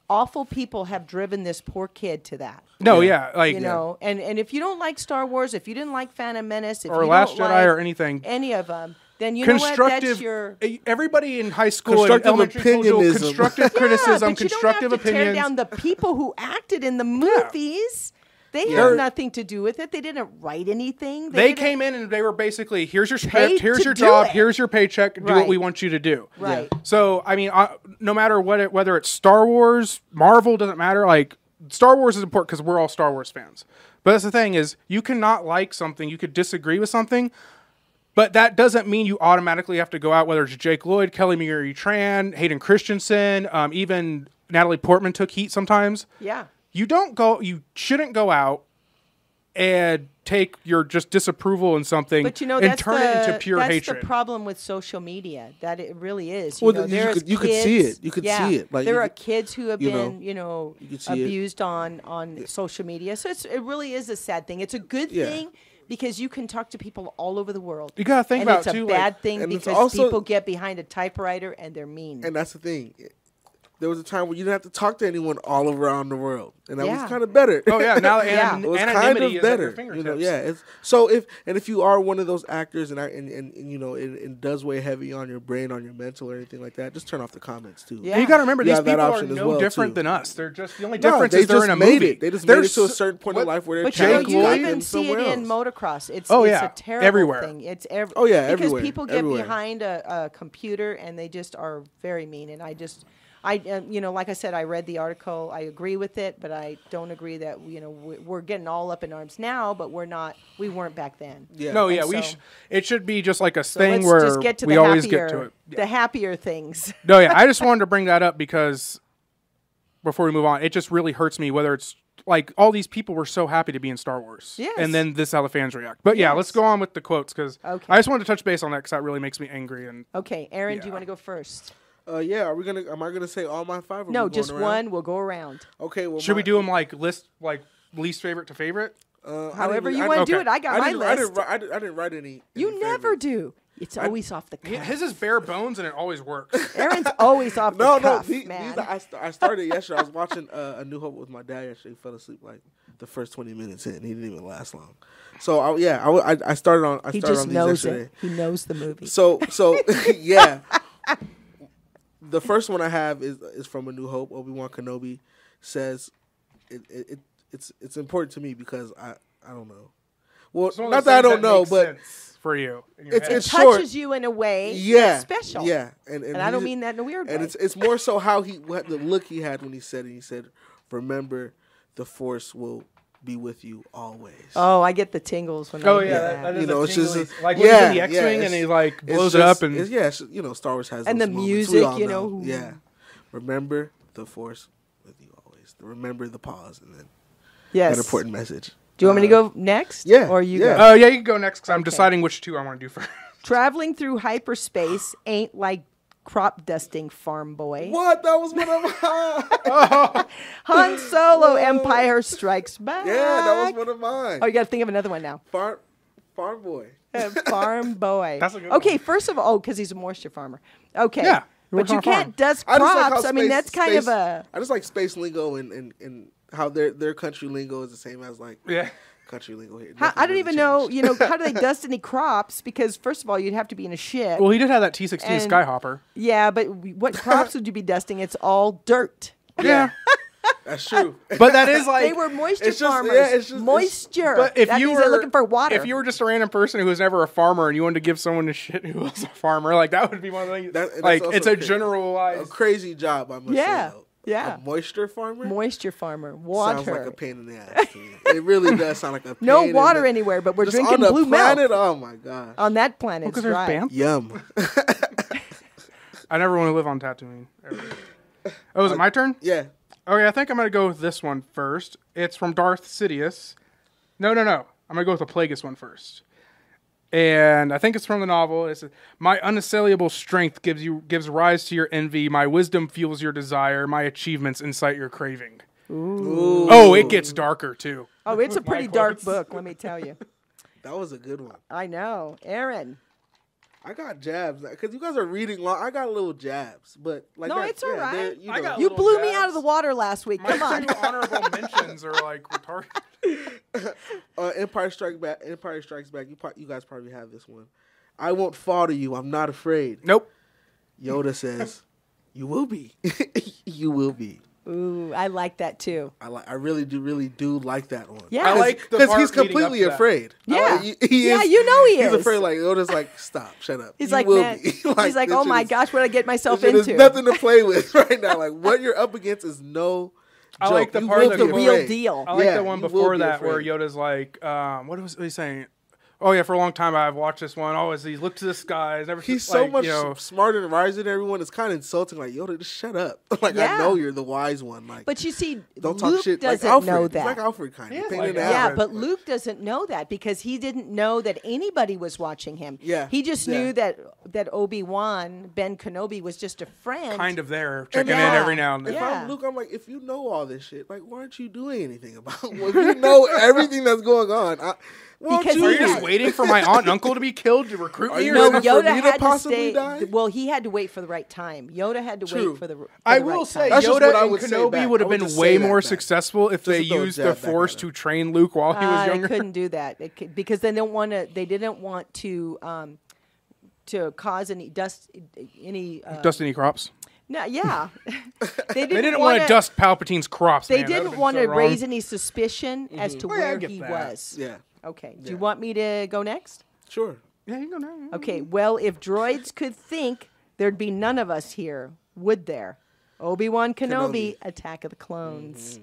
S1: awful people have driven this poor kid to that.
S2: no, yeah, like
S1: You know, and and if you don't like Star Wars, if you didn't like Phantom Menace, if
S2: Or
S1: you
S2: Last
S1: don't
S2: Jedi
S1: like
S2: or anything.
S1: any of them, then you know what?
S2: constructive.
S1: That's your
S2: e- Everybody in high school, and
S3: Constructive
S2: elementary school, do
S3: opinionism. [laughs]
S2: constructive
S1: yeah,
S2: criticism,
S1: but you
S2: constructive
S1: don't have to
S2: opinions.
S1: tear down the people who acted in the movies. They
S2: They're-
S1: had nothing to do with it. They didn't write anything.
S2: they
S1: didn't-
S2: came in and they were basically here's your
S1: Paid
S2: script, here's
S1: to
S2: your
S1: do
S2: job,
S1: it.
S2: here's your paycheck, do
S1: Right.
S2: what we want you to do.
S1: Right. Yeah.
S2: So I mean, uh, no matter what, it, whether it's Star Wars, Marvel doesn't matter. Like Star Wars is important because we're all Star Wars fans. But that's the thing is, you cannot like something, you could disagree with something, but that doesn't mean you automatically have to go out, whether it's Jake Lloyd, Kelly Marie Tran, Hayden Christensen, um, even Natalie Portman took heat sometimes.
S1: Yeah.
S2: You don't go, you shouldn't go out and take your just disapproval in something
S1: But you know,
S2: and
S1: that's
S2: turn
S1: the,
S2: it into pure
S1: that's
S2: hatred.
S1: the problem with social media. That it really is. You
S3: Well,
S1: know,
S3: you
S1: there
S3: could-
S1: is
S3: you could see
S1: kids-
S3: it. You could
S1: yeah,
S3: see it. Like,
S1: there
S3: you
S1: are
S3: could-
S1: kids who have
S3: you know,
S1: been, you know,
S3: could see it.
S1: abused on on social media. So it's, it really is a sad thing. It's a good
S3: Yeah.
S1: thing because you can talk to people all over the world.
S2: You gotta think
S1: and
S2: about
S1: it's a
S2: too, like-
S1: bad thing
S3: And it's
S1: because
S3: also-
S1: people get behind a typewriter and they're mean.
S3: and that's the thing. There was a time where you didn't have to talk to anyone all around the world, and that
S1: Yeah.
S3: was kind of better.
S2: oh yeah,
S3: [laughs]
S1: [laughs]
S2: now
S1: Yeah.
S2: anon-
S3: it was kind
S2: anonymity is
S3: of
S2: at your
S3: better. You
S2: fingertips.
S3: know, yeah. It's, so if and if you are one of those actors, and I and, and, and you know it, it does weigh heavy on your brain, on your mental, or anything like that, just turn off the comments too.
S1: Yeah.
S2: And you got to remember,
S3: You
S2: these
S3: have that
S2: people are
S3: option as
S2: no
S3: well,
S2: different
S3: too.
S2: than us. They're just the only
S3: No,
S2: difference
S3: they
S2: is they're
S3: just
S2: in a
S3: made
S2: movie.
S3: it. They just
S2: They're
S3: made it to a
S2: so-
S3: certain point
S2: what-
S3: in life where they're
S1: But you know,
S2: Jake
S3: tagging
S1: you
S2: Lloyd
S1: even
S3: them
S1: see it
S3: somewhere
S1: in
S3: else.
S1: motocross. It's
S2: Oh,
S1: it's
S2: yeah.
S1: a terrible
S2: Everywhere.
S1: thing. It's ev-
S3: Oh, yeah,
S1: because
S3: everywhere.
S1: people get
S3: Everywhere.
S1: behind a, a computer and they just are very mean. And I just, I uh, you know, like I said, I read the article. I agree with it, but I don't agree that you know we- we're getting all up in arms now, but we're not. We weren't back then.
S3: Yeah.
S2: No,
S1: And
S2: yeah, we
S1: so-
S2: sh- it should be just like a
S1: So
S2: thing
S1: let's
S2: where
S1: just get to
S2: we
S1: the
S2: always
S1: happier,
S2: get to it.
S1: the happier things. [laughs]
S2: No, yeah, I just wanted to bring that up because before we move on, it just really hurts me whether it's like all these people were so happy to be in Star Wars.
S1: Yes.
S2: And then this is how the fans react. But yeah, let's go on with the quotes because
S1: Okay.
S2: I just wanted to touch base on that because that really makes me angry. And
S1: Okay, Aaron, do
S2: Yeah.
S1: you want to go first?
S3: Uh, yeah, are we gonna? Am I gonna say all my five? Or we
S1: No,
S3: going
S1: just
S3: around?
S1: one. We'll go around.
S3: Okay. Well,
S2: should we
S3: my-
S2: do them like list, like least favorite to favorite?
S3: Uh, I
S1: However
S3: didn't-
S1: you
S3: I-
S1: want to do it.
S2: okay.
S1: I got
S3: I
S1: my
S3: didn't,
S1: list.
S3: I didn't, wri- I didn't, I didn't write any.
S1: you
S3: any
S1: never
S3: favorites.
S1: do. It's always off the cuff.
S2: His is bare bones and it always works.
S1: Aaron's always off
S3: No,
S1: the cuff,
S3: no. the-
S1: man.
S3: These are, I, st- I started yesterday. I was watching uh, A New Hope with my dad yesterday. He fell asleep like the first twenty minutes in. He didn't even last long. So I, yeah, I, w- I- I started on. I
S1: he
S3: started
S1: just
S3: on these
S1: knows
S3: yesterday.
S1: it. He knows the movie.
S3: So so [laughs] yeah. The first one I have is is from A New Hope. Obi Wan Kenobi says, it, it, it it's it's important to me because I I don't know. Well,
S2: It's one of
S3: not
S2: those
S3: that I
S2: things
S3: don't know,
S2: makes
S3: but
S2: sense for you, in your
S3: It's-
S2: head.
S1: it
S3: it's short.
S1: touches you in a way
S3: yeah,
S1: that's special.
S3: Yeah, and and,
S1: And I
S3: he
S1: don't
S3: ju-
S1: mean that in a weird
S3: And
S1: way.
S3: it's it's more so how he what the look he had when he said it. He said, "Remember, the Force will be with you always."
S1: Oh, I get the tingles when
S2: Oh
S1: I hear
S2: yeah,
S1: that.
S2: that, that
S3: You
S2: is
S3: know,
S2: a
S3: it's just-
S2: tingly- like
S3: yeah,
S2: when he's in the
S3: yeah,
S2: X-wing and
S3: it's-
S2: he like
S3: It's
S2: blows it
S3: just-
S2: up and
S3: it's- yeah, it's- you know, Star Wars has
S1: And
S3: those
S1: the
S3: moments. We all
S1: music, you know.
S3: Yeah, remember the Force with you always. Remember the pause and then
S1: Yes.
S3: an important message.
S1: Do you want me to go next?
S3: uh, yeah,
S1: Or you
S3: yeah.
S1: go?
S2: Oh yeah, you can go next because I'm deciding which two I want to do [laughs] first.
S1: Traveling through hyperspace ain't like crop dusting, farm boy.
S3: What? That
S1: [laughs]
S3: was one of mine.
S1: Han Solo, Empire Strikes Back.
S3: yeah, that was one of mine.
S1: Oh, you got to think of another one
S3: [laughs]
S1: now.
S3: Farm, farm boy.
S1: Uh, farm boy.
S2: That's a good
S1: okay, first of all, oh, because he's a moisture farmer. Okay.
S2: Yeah, he
S1: But
S2: works on
S1: you
S2: a farm.
S1: can't dust
S3: I
S1: crops.
S3: just
S1: I,
S3: like how
S1: mean,
S3: space-
S1: that's kind of
S3: space-
S1: a.
S3: I just like space lingo and and, and how their their country lingo is the same as like
S2: Yeah.
S3: country lingo here.
S1: How,
S3: Nothing
S1: I don't
S3: really
S1: even know,
S3: changed.
S1: you know, how
S3: [laughs]
S1: do they dust any crops? Because, first of all, you'd have to be in a ship.
S2: Well, he did have that T16
S1: And-
S2: Skyhopper.
S1: yeah, but w-
S3: [laughs]
S1: what crops would you be dusting? It's all dirt. [laughs]
S2: Yeah,
S3: That's true. [laughs]
S2: but that is like
S1: they were moisture
S3: it's just-
S1: farmers.
S3: yeah, it's just- it's-
S1: moisture.
S2: But if
S1: that
S2: you
S1: means
S2: were
S1: they're looking for water.
S2: if you were just a random person who was never a farmer and you wanted to give someone a shit who was a farmer, like that would be one of the things.
S3: That- that's
S2: like
S3: also
S2: it's a
S3: crazy. a
S2: generalized.
S3: crazy job, I must
S1: Yeah,
S3: say. Though.
S1: yeah.
S3: A moisture farmer
S1: moisture farmer, water.
S3: sounds like a pain in the ass. to me. it really
S1: [laughs]
S3: does sound like a pain
S1: no
S3: in
S1: water
S3: the,
S1: anywhere, but we're
S3: Just
S1: drinking
S3: on the
S1: blue milk
S3: planet. Oh my god.
S1: on that planet.
S2: Because
S1: it's
S2: there's
S1: dry.
S2: Banff.
S3: Yum. [laughs]
S2: I never want to live on Tatooine. ever. Oh, is it my turn?
S3: yeah.
S2: Okay, I think I'm gonna go with this one first. It's from Darth Sidious. No, no, no. I'm gonna go with the Plagueis one first. And I think it's from the novel. It's my unassailable strength gives you gives rise to your envy. My wisdom fuels your desire. My achievements incite your craving.
S3: Ooh,
S2: Oh, it gets darker too.
S1: Oh, it's a
S2: My
S1: pretty dark
S2: quotes.
S1: book, let me tell
S3: [laughs]
S1: you.
S3: that was a good one.
S1: I know, Aaron.
S3: I got jabs because you guys are reading long. I got little jabs, but like
S1: No,
S3: that-
S1: it's
S3: yeah,
S1: alright.
S3: they're- You know,
S2: I got
S1: You
S2: little
S1: blew me
S2: jabs.
S1: out of the water last week.
S2: My
S1: Come on.
S2: two honorable mentions are like retarded.
S3: uh, Empire Strike Back. Empire Strikes Back. You pro- you guys probably have this one. I won't fall to you. I'm not afraid.
S2: Nope. [laughs]
S3: Yoda says, "You will be. [laughs] you will be."
S1: Ooh, I like that too.
S3: I like. I really do. Really do like that one.
S1: Yeah. I
S2: like the part leading
S3: he's
S2: up
S3: completely
S2: to that.
S3: afraid. I like-
S1: Yeah.
S3: he, he
S1: Yeah,
S3: is-
S1: you know he
S3: He's
S1: is.
S3: afraid. Like Yoda's like, stop, shut up.
S1: He's
S3: You
S1: like,
S3: will
S1: man.
S3: be." [laughs]
S1: he's like,
S3: this
S1: oh
S3: shit
S1: my
S3: is-
S1: gosh, what did I get myself
S3: this shit
S1: into?
S3: is nothing to play with [laughs] right now. Like what you're up against is no.
S2: I
S3: joke.
S2: like the
S3: You
S2: part
S3: will
S2: that
S3: be
S2: the real
S3: afraid.
S1: deal.
S2: I like
S3: Yeah,
S2: the one
S3: you will
S2: before
S3: be
S2: that where
S3: afraid.
S2: Yoda's like, um, what was he saying? Oh yeah, for a long time I've watched this one. Always he's looked to the skies. Never
S3: He's
S2: seen-
S3: so
S2: like,
S3: much
S2: You know,
S3: smarter and wiser than everyone. It's kind of insulting. Like Yoda, just shut up. [laughs] like I
S1: Yeah.
S3: know you're the wise one. Like,
S1: But you see,
S3: don't talk
S1: Luke
S3: shit. Like
S1: doesn't
S3: Alfred,
S1: know
S3: He's
S1: that.
S3: like Alfred kind
S2: He
S3: of.
S2: is
S3: pain
S2: like
S3: in the
S2: Alfred.
S1: Yeah,
S3: ass.
S1: but Luke doesn't know that because he didn't know that anybody was watching him.
S3: Yeah,
S1: He just
S3: yeah.
S1: knew that that Obi Wan, Ben Kenobi, was just a friend.
S2: kind of there, checking
S1: yeah.
S2: in every now and then.
S3: If
S1: Yeah.
S3: I'm Luke, I'm like, if you know all this shit, like, why aren't you doing anything about? [laughs] it? Well, if
S1: [laughs]
S3: you know everything that's going on. I, why
S1: Because
S3: don't you
S2: Are
S1: he
S2: you just
S1: Yeah.
S2: waiting for [laughs] my aunt and uncle to be killed to recruit me? Or
S1: No,
S3: For
S2: something?
S1: Yoda
S3: me to
S1: had to
S3: possibly
S1: stay.
S3: die?
S1: Well, he had to wait for the right time. Yoda had to
S3: True.
S1: wait for the. for
S2: I
S1: the
S2: will
S1: right
S2: say
S1: time.
S3: That's just what
S2: Yoda
S3: I
S2: and
S3: would say
S2: Kenobi
S3: back.
S2: would
S3: I
S2: have
S3: would
S2: been
S3: just
S2: way
S3: say that
S2: more
S3: back.
S2: successful if they
S3: to throw a
S2: used
S3: jab
S2: the
S3: back at
S2: Force
S3: him.
S2: to train Luke while he was
S1: Uh,
S2: younger.
S1: They couldn't do that They cou- because they didn't want to. They didn't want to. Um, to cause any dust, any uh,
S2: Dust any E. crops?
S1: no,
S2: [laughs]
S1: yeah, they didn't,
S2: They didn't want to
S1: wanna-
S2: dust Palpatine's crops.
S1: They
S2: man. That would've
S1: didn't
S2: been
S1: want
S2: so
S1: to
S2: wrong.
S1: raise any suspicion as to
S2: Well, yeah, I
S1: where
S2: get
S1: he
S2: that.
S1: was.
S3: Yeah,
S1: Okay. Do you
S3: Yeah.
S1: want me to go next?
S3: sure.
S2: Yeah, you can go now.
S1: Okay. Well, if droids could think, there'd be none of us here, would there? Obi Wan Kenobi,
S3: Kenobi.
S1: Attack of the Clones.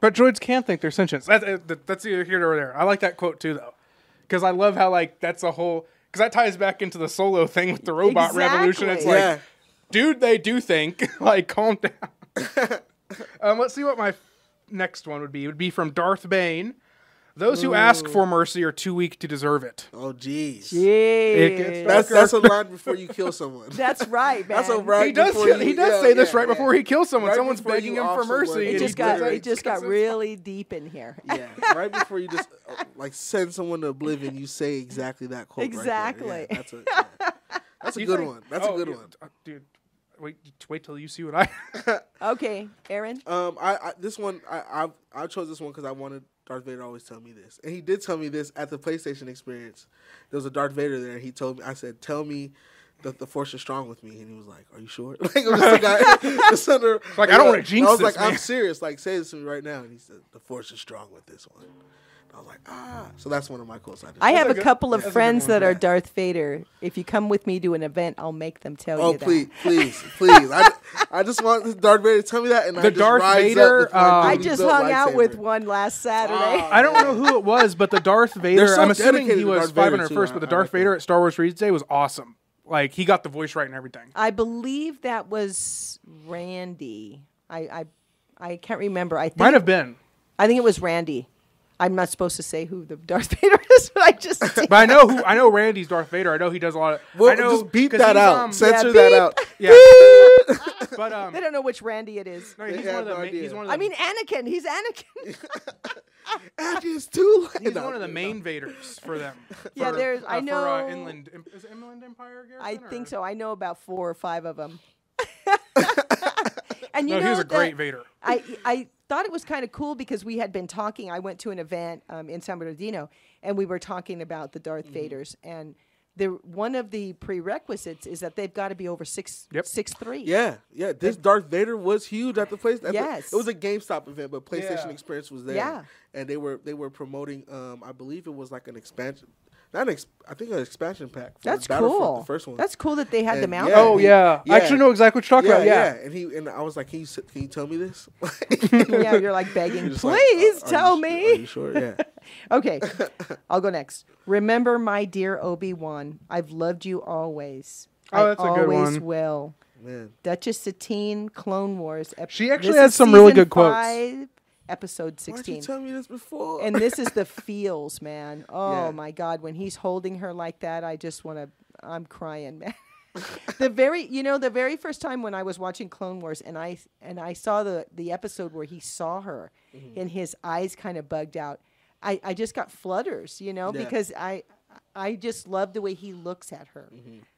S2: But droids can think they're sentience. That, uh, that, that's either here or there. I like that quote too, though, because I love how like that's a whole because that ties back into the solo thing with the robot revolution. It's
S1: Exactly.
S2: like,
S3: Yeah.
S2: [laughs] dude, they do think. like, calm down. [laughs] Um, let's see what my next one would be. It would be from Darth Bane. Those who ask for mercy are too weak to deserve it.
S3: Oh, jeez.
S1: Yeah.
S2: gets
S3: That's that's a line before
S1: [laughs]
S3: you kill someone.
S1: That's right, man.
S3: That's a right.
S2: he does.
S3: before
S2: he
S3: you-
S2: does
S3: yeah,
S2: say this
S3: yeah,
S2: right
S3: yeah.
S2: before he kills someone.
S3: Right
S2: Someone's
S3: before you
S2: begging him
S3: off
S2: for
S3: someone,
S2: mercy.
S3: it
S2: and
S1: It
S2: he
S1: just got
S2: literally
S1: it just
S2: cuts
S1: got
S2: his-
S1: really deep in here.
S3: Yeah, right before you just uh, like send someone to oblivion, you say exactly that quote. right there. Yeah,
S1: Exactly.
S3: that's a
S1: [laughs]
S3: yeah. that's a
S2: He's
S3: good
S2: like-
S3: one. That's
S2: oh,
S3: a good
S2: yeah,
S3: one.
S2: uh, dude. Wait, wait till you see what I. [laughs]
S1: Okay, Aaron.
S3: Um, I, I this one I I, I chose this one because I wanted Darth Vader to always tell me this, and he did tell me this at the PlayStation experience. There was a Darth Vader there, and he told me. I said, "Tell me that the Force is strong with me," and he was like, "Are you sure?" [laughs] Like it was just a
S2: [laughs]
S3: guy. just under,
S2: Like, I don't wanna jinx
S3: I was
S2: this,
S3: like, "I'm
S2: man." [laughs]
S3: serious. Like say this to me right now," and he said, "The Force is strong with this one." And I was like, "Ah!" So that's one of my quotes. I, did.
S1: I have a
S2: good-
S1: couple of
S2: that's a good
S1: friends
S2: one.
S1: that are
S3: Yeah.
S1: Darth Vader. If you come with me to an event, I'll make them tell
S3: Oh
S1: you that.
S3: please, please,
S1: [laughs]
S3: please! I, I just want Darth Vader to tell me that, and I
S2: The
S3: just
S2: Darth
S3: rise up
S2: Vader,
S3: with my
S2: um,
S1: I
S3: newly
S1: just
S3: built
S1: hung out with
S3: lightsaber.
S1: one last Saturday.
S2: I don't know who it was, but the Darth Vader.
S3: so
S2: I'm assuming
S3: dedicated
S2: he
S3: to
S2: was
S3: Darth Vader,
S2: 501st,
S3: too.
S2: but the
S3: I- I
S2: Darth
S3: like
S2: Vader
S3: that.
S2: at Star Wars Reads Day was awesome. Like he got the voice right and everything.
S1: I believe that was Randy. I I, I can't remember. I think,
S2: Might have been,
S1: I think it was Randy. I'm not supposed to say who the Darth [laughs] Vader is, but I just did.
S2: but I know who. I know Randy's Darth Vader. I know he does a lot of.
S3: Well,
S2: I know
S3: just beat
S2: 'cause
S3: that
S2: he's,
S3: out.
S2: um,
S3: Censor
S1: yeah,
S3: that out.
S2: [laughs]
S3: [laughs]
S2: yeah, but um,
S1: they don't know which Randy it is.
S2: no, he's,
S3: They
S2: one
S3: have
S2: of the,
S3: no
S2: ma-
S3: idea.
S2: he's one of the.
S1: I mean Anakin. He's Anakin.
S3: Actually, it's too late.
S2: he's
S3: No,
S2: one of the
S3: no.
S2: main Vaders for
S3: [laughs]
S2: them.
S1: Yeah,
S2: For,
S1: there's- I
S2: uh, For, uh,
S1: know-
S2: inland, Im- is it Inland Empire?
S1: I
S2: Garrison,
S1: think
S2: or-
S1: so. I know about four or five of
S2: [laughs]
S1: them. [laughs] and you
S2: No,
S1: know
S2: he was a
S1: that-
S2: great Vader.
S1: I, I thought it was kind of cool because we had been talking. I went to an event um, in San Bernardino, and we were talking about the Darth
S2: Mm-hmm.
S1: Vaders. And the one of the prerequisites is that they've got to be over six
S2: Yep.
S1: six three.
S3: Yeah, yeah. This Darth Vader was huge at the place. at the-
S1: Yes.
S3: it was a GameStop event, but PlayStation
S2: Yeah.
S3: Experience was there.
S1: Yeah.
S3: and they were they were promoting. Um, I believe it was like an expansion. Not an ex- I think an expansion pack. For
S1: that's
S3: Battlefront,
S1: cool.
S3: The first one.
S1: That's cool that they had
S3: And
S1: them out.
S3: yeah,
S1: there.
S2: Oh
S3: he-
S2: yeah.
S3: yeah.
S2: I actually know exactly what you're talking
S3: yeah,
S2: about. Yeah.
S3: And he and I was like, can you s- can you tell me this? [laughs]
S1: [laughs] yeah, you're like begging,
S3: Oh, Just like, "Uh,
S1: please
S3: are you
S1: tell
S3: su-
S1: me.
S3: Are you sure? Yeah.
S1: [laughs] Okay, I'll go next. Remember, my dear Obi Wan, I've loved you always.
S2: Oh, that's
S1: I
S2: a good
S1: always
S2: one.
S1: will.
S3: Man.
S1: Duchess Satine, Clone Wars. Ep-
S2: She actually
S1: this
S2: has
S1: is
S2: some really
S1: season
S2: good quotes.
S1: five, episode
S3: Why didn't you
S1: sixteen.
S3: tell me this before?
S1: and this is the feels,
S2: [laughs]
S1: man. Oh
S3: Yeah.
S1: my God, when he's holding her like that, I just want to. I'm crying, man. [laughs] the very, you know, the very first time when I was watching Clone Wars, and I and I saw the the episode where he saw her,
S2: Mm-hmm.
S1: and his eyes kind of bugged out. I I just got flutters, you know,
S3: Yeah.
S1: because I I just love the way he looks at her.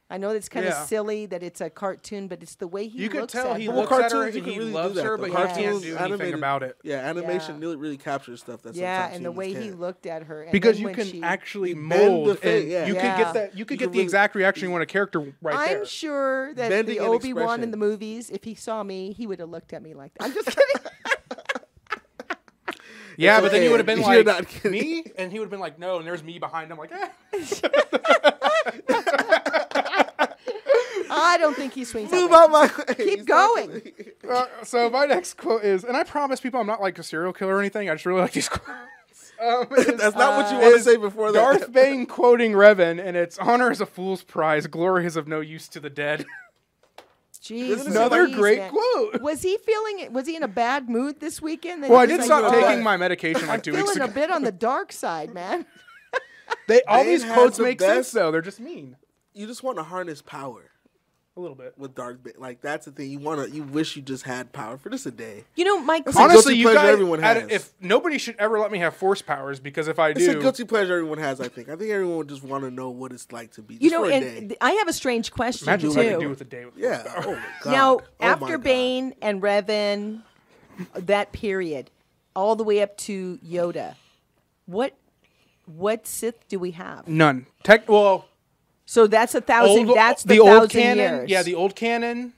S1: I know it's kind of
S2: Mm-hmm. Yeah.
S1: silly that it's a cartoon, but it's the way he
S2: You could
S1: looks
S2: tell
S1: at
S2: he
S1: her.
S2: looks
S3: Well,
S2: at her
S3: cartoons,
S2: and
S3: you can
S2: he
S3: really do
S2: loves
S3: that,
S2: her,
S3: though.
S2: but he can't
S1: Cartoons,
S2: do anything
S3: animated-
S2: about it.
S3: Yeah, animation really really captures stuff that
S1: yeah,
S3: sometimes
S1: and the
S3: humans
S1: way he
S3: can't.
S1: looked at her, and
S2: because
S1: then
S2: you
S1: when
S2: can
S1: she-
S2: actually
S3: bend the
S2: mold
S3: face,
S2: and
S3: yeah.
S2: you
S1: Yeah.
S2: can get that you could
S3: You
S2: get
S3: can
S2: the
S3: really-
S2: exact reaction you want a character right
S1: I'm
S2: there.
S1: sure that
S3: Bending
S1: the
S3: and
S1: Obi Wan
S3: expression.
S1: in the movies, if he saw me, he would have looked at me like that. I'm just [laughs] kidding.
S2: yeah, but then you
S3: okay.
S2: would have [laughs] been
S3: You're
S2: like
S3: not kidding.
S2: me and he would have been like no and there's me behind him like eh.
S1: I don't think he swings. that
S3: Move
S1: way.
S3: out my way.
S1: Keep
S3: Stop
S1: going. [laughs]
S3: it.
S2: Uh, [laughs] so my next quote is and I promise people I'm not like a serial killer or anything. I just really like these [laughs] quotes. Um, [laughs] it is-
S3: That's not what you want to
S2: is
S3: say before
S2: [laughs]
S3: that.
S2: Darth Bane quoting Revan, and it's honor is a fool's prize, glory is of no use to the dead. [laughs]
S1: Jeez,
S2: Another
S1: Louise,
S2: great
S1: man.
S2: quote. [laughs]
S1: Was he feeling it? Was he in a bad mood this weekend? that
S2: Well, I
S1: he's
S2: did
S1: like,
S2: stop
S1: "Oh,
S2: taking [laughs] my medication like two weeks
S1: Feeling a
S2: ago.
S1: bit on the dark side, man.
S2: They, all
S3: Bane
S2: these
S3: has
S2: quotes
S3: the
S2: make sense
S3: best-
S2: though. They're just mean.
S3: You just want to harness power
S2: A little bit.
S3: with Darth Vader. Like that's the thing. You want to. You wish you just had power for just a day.
S1: [laughs] You know, Mike.
S3: That's a
S2: Honestly,
S3: guilty
S2: you
S3: pleasure
S2: guys,
S3: everyone
S2: I-
S3: has.
S2: if nobody should ever let me have force powers because if I
S3: It's a
S2: do,
S3: guilty pleasure everyone has. I think. I think everyone would just want to know what it's like to be. Just
S1: You know,
S3: for a
S1: and
S3: day.
S1: th- I have a strange question
S2: imagine
S1: too.
S2: what I could do with a day with
S3: yeah.
S2: force
S3: [laughs] Oh
S2: power.
S3: my god.
S1: Now,
S3: Oh my
S1: after
S3: God.
S1: Bane and Revan, that period, all the way up to Yoda, what what Sith do we have?
S2: none. Tech, well,
S1: So that's a thousand.
S2: old,
S1: that's the, thousand
S2: old canon.
S1: years.
S2: Yeah, the old canon.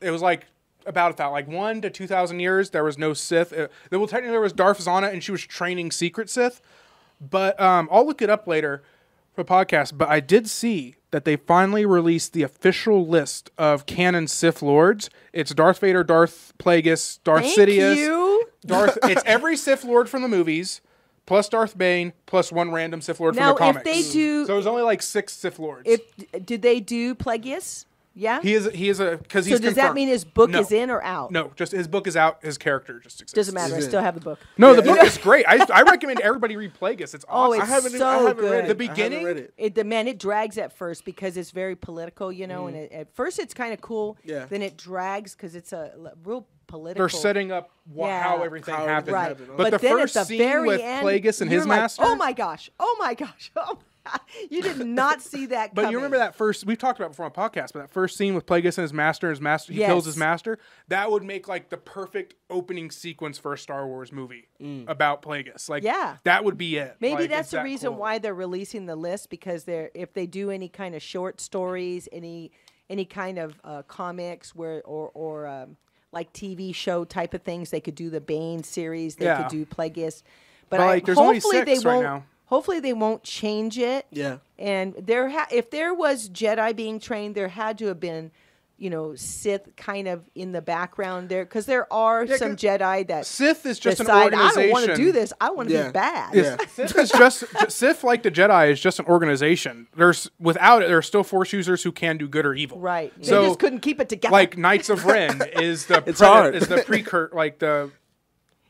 S2: It was like about that, like one to two thousand years. There was no Sith. Uh, well, technically there was Darth Zana, and she was training secret Sith. But um, I'll look it up later for podcast. But I did see that they finally released the official list of canon Sith lords. It's Darth Vader, Darth Plagueis, Darth
S1: Thank
S2: Sidious,
S1: you. [laughs]
S2: Darth. it's every Sith Lord from the movies, plus Darth Bane, plus one random Sith Lord
S1: Now,
S2: from the
S1: if
S2: comics.
S1: they do-
S2: so it was only like six Sith Lords.
S1: If did they do Plagueis? Yeah.
S2: He is he is a because
S1: so
S2: he's.
S1: does that
S2: confirmed.
S1: mean his book
S2: No.
S1: is in or out?
S2: No, just his book is out. His character just exists.
S1: Doesn't matter. I
S3: Is it?
S1: still have the book.
S2: No, the book is great. I, I recommend everybody read Plagueis. It's
S1: [laughs] Oh,
S2: awesome.
S1: it's
S3: I haven't, even- I
S1: so
S3: haven't read
S1: good.
S3: it.
S1: The
S3: I haven't
S2: beginning?
S3: read it.
S1: It, the man, it drags at first because it's very political, you know. And it, at first, it's kind of cool.
S3: Mm. Yeah.
S1: Then it drags because it's a l- real political.
S2: They're setting up wha-
S1: Yeah.
S2: how everything
S3: How
S2: happened.
S3: everything
S1: right.
S3: happened.
S2: But,
S1: But,
S2: the
S1: then
S2: first
S1: at the
S2: scene
S1: very
S2: with
S1: end,
S2: Plagueis and
S1: you're
S2: his
S1: like,
S2: master.
S1: Oh my gosh! Oh my gosh! [laughs] Oh, my, you did not see that.
S2: But
S1: coming.
S2: you remember that first we've talked about it before on podcast, but that first scene with Plagueis and his master, his master he kills his
S1: Yes.
S2: master. That would make like the perfect opening sequence for a Star Wars movie about Plagueis. Like
S1: Mm. Yeah.
S2: that would be it.
S1: Maybe
S2: Like,
S1: that's
S2: it's
S1: the
S2: that
S1: reason
S2: cool.
S1: why they're releasing the list because they're if they do any kind of short stories, any any kind of uh, comics where or or um, like TV show type of things, they could do the Bane series. They
S2: Yeah.
S1: could do Plagueis, but
S2: But,
S1: I,
S2: like, there's only
S1: hopefully they
S2: six right
S1: won't.
S2: now.
S1: Hopefully they won't change it.
S3: Yeah.
S1: And there, ha- if there was Jedi being trained, there had to have been. You know, Sith kind of in the background there because there are some
S2: 'cause
S1: Jedi that
S2: Sith is just an
S1: decide I don't want to
S2: organization."
S1: do this. I want to
S3: Yeah.
S1: be bad. [laughs]
S3: Yeah.
S2: [laughs] Sith is just Sith like the Jedi is just an organization. There's without it, there are still Force users who can do good or evil.
S1: Right.
S2: So
S1: they just couldn't keep it together.
S2: like Knights
S1: [laughs]
S2: of Ren is the
S3: It's
S2: pre-
S3: hard.
S2: is the precursor like the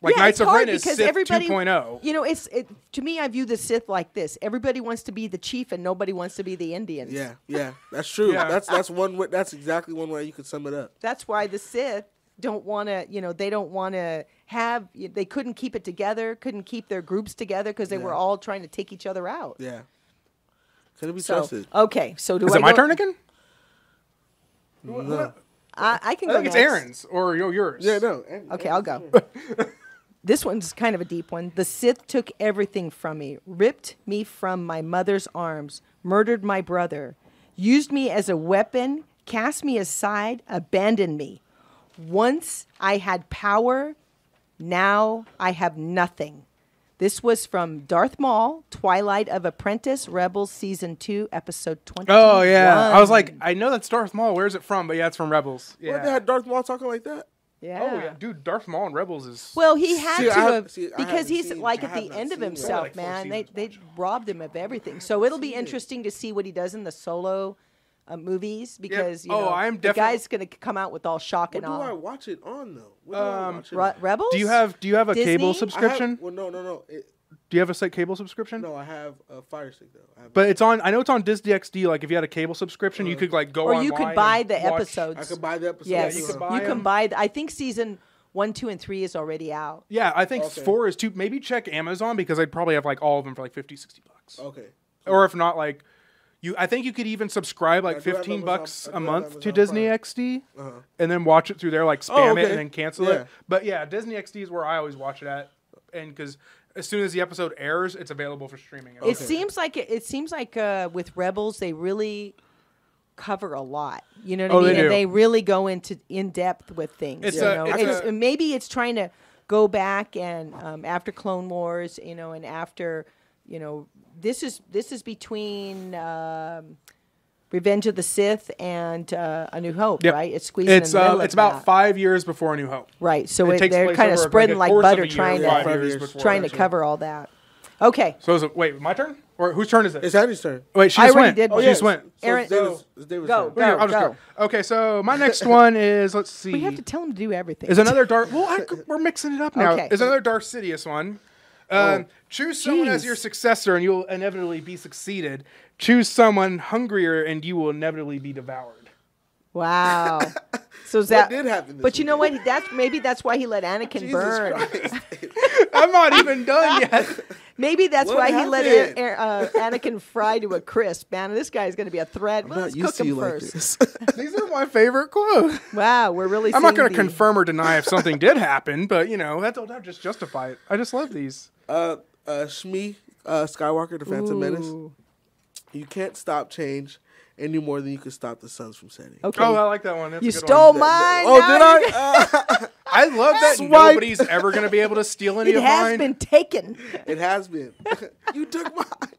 S2: like
S1: Yeah,
S2: Knights
S1: it's
S2: of
S1: hard
S2: Ren is
S1: because
S2: Sith oh.
S1: everybody-
S2: 2.0.
S1: You know, it's it, to me. I view the Sith like this: everybody wants to be the chief, and nobody wants to be the Indians.
S3: Yeah, yeah, that's true.
S2: Yeah.
S3: That's that's one. Way, that's exactly one way you could sum it up.
S1: That's why the Sith don't want to. You know, they don't want to have. They couldn't keep it together. Couldn't keep their groups together because they were
S3: Yeah.
S1: all trying to take each other out.
S3: Yeah, could it be
S1: So uh,
S3: trusted?
S1: okay, so do
S2: Is
S1: I
S2: it my
S1: go-
S2: turn again?
S3: No.
S1: I, I can
S2: I
S1: go.
S2: think it's
S1: next.
S2: Aaron's or yo- yours.
S3: Yeah, no. and-
S1: Okay, I'll go. this one's kind of a deep one. The Sith took everything from me, ripped me from my mother's arms, murdered my brother, used me as a weapon, cast me aside, abandoned me. Once I had power, now I have nothing. This was from Darth Maul, Twilight of Apprentice, Rebels Season 2, Episode 20.
S2: Oh yeah, I was like, I know that's Darth Maul. Where's it from? But yeah, it's from Rebels. Yeah.
S3: What they had Darth Maul talking like that?
S1: Yeah.
S2: Oh yeah, dude, Darth Maul and Rebels is.
S1: Well, he had
S3: See,
S1: to
S3: I have-
S1: have,
S3: see, I
S1: because
S3: haven't
S1: he's
S3: seen-
S1: like
S3: I
S1: at
S3: have
S1: the
S3: not
S1: end of
S3: seen it.
S1: himself,
S2: Like four
S1: man. They
S2: seasons,
S1: they robbed him of everything. So it'll be interesting to see what he does in the solo uh, movies because you
S2: Oh,
S1: know
S2: I'm
S1: the
S2: definite-
S1: guy's going to come out with all shock
S3: What
S1: and
S3: do I
S1: awe.
S3: watch it on though? What do I watch it
S1: Re-
S3: on?
S1: Rebels?
S2: do you have do you have a
S1: Disney?
S2: cable
S1: I have-
S3: I have-
S2: Um, subscription?
S3: well, no, no, no. It,
S2: do you have a site cable subscription?
S3: no, I have a Fire Stick though. I have,
S2: But it's on. I know it's on Disney XD. Like if you had a cable subscription, you could like go
S1: or you
S2: online
S1: could buy
S2: and
S1: the
S2: watch-
S1: episodes.
S3: I could buy the episode. Uh,
S1: yes,
S2: you
S1: you
S2: could
S1: can
S2: buy
S1: buy.
S2: them.
S1: the- I think season one, two, and three is already out.
S2: Yeah, I think
S3: Okay.
S2: four is two. Maybe check Amazon because I'd probably have like all of them for like 50, 60 bucks.
S3: Okay.
S2: Or if not, like you, I think you could even subscribe like
S3: I do have
S2: fifteen
S3: Amazon-
S2: bucks
S3: I do
S2: a
S3: have
S2: month to
S3: Amazon
S2: Disney
S3: Prime. Uh-huh. Oh,
S2: XD, and then watch it through there, like spam it,
S3: okay.
S2: and then cancel
S3: Yeah.
S2: it. But yeah, Disney XD is where I always watch it at, and because as soon as the episode airs, it's available for streaming.
S1: It seems like it, it seems like uh, with Rebels they really cover a lot. You know what
S2: Oh,
S1: I
S2: they
S1: mean?
S2: do.
S1: And they really go into in depth with things.
S2: It's
S1: you
S2: a-
S1: know?
S2: it's
S1: It's-
S2: a-
S1: maybe it's trying to go back and um, after Clone Wars, you know, and after you know this is this is between. Um, Revenge of the Sith and uh, A New Hope,
S2: Yep.
S1: right? It's squeezing
S2: It's
S1: in the
S2: uh,
S1: middle of
S2: it's about
S1: that.
S2: five years before A New Hope.
S1: right? So
S2: It
S1: it,
S2: takes
S1: they're
S2: place
S1: kind of
S2: over, like,
S1: spreading
S2: a
S1: like,
S2: course of a
S1: butter,
S2: year,
S1: trying
S2: five
S1: to
S3: years
S2: years before
S1: trying to
S2: that.
S1: cover all that. Okay,
S2: So is it, wait, my turn or whose turn is it?
S3: It's Andy's turn.
S2: wait, she
S1: I
S2: just
S1: already
S2: went.
S1: did
S2: Oh, She
S1: mine.
S2: just went. oh.
S3: So
S1: Aaron-
S3: it's David's, it's David's
S1: Go,
S3: turn.
S1: go.
S2: I'll just go. Okay, so
S1: [laughs]
S2: my next one is let's see.
S1: we have to tell him to do everything.
S2: is another Dark. Well, I, we're mixing it up now.
S1: Okay. Oh,
S2: Is another Darth Sidious one. Um, choose someone as
S1: Jeez.
S2: your successor, and you will inevitably be succeeded. Choose someone hungrier, and you will inevitably be devoured. [laughs]
S3: [laughs]
S1: Wow. So is that
S3: did happen this
S1: But you know
S3: weekend?
S1: what? That's maybe that's why he let Anakin
S3: [laughs] Jesus
S1: burn.
S3: Christ.
S2: I'm not even done yet.
S1: [laughs] Maybe that's
S3: What
S1: why he let
S3: happened?
S1: An- uh, Anakin fry to a crisp. Man, this guy's going to be a threat. Well, let's cook him first.
S3: this. [laughs]
S2: These are my favorite quotes.
S1: wow, we're really.
S2: I'm not
S1: seeing
S2: going to
S1: the-
S2: confirm or deny if something did happen, but you know that don't just justify it. I just love these.
S3: uh, uh, Shmi uh, Skywalker, The Phantom Menace.
S1: Ooh.
S3: You can't stop change any more than you can stop the suns from setting.
S1: Okay,
S2: Oh, I like that one. That's
S1: you
S2: a good
S1: stole
S2: One.
S1: mine.
S3: Oh,
S1: now
S3: did
S1: you-
S3: I? Uh,
S2: I love that
S3: Swipe.
S2: nobody's ever going to be able to steal any
S1: It
S2: of
S1: has
S2: mine.
S1: been
S3: [laughs]
S1: taken.
S3: it
S1: [laughs]
S3: has been. you took mine.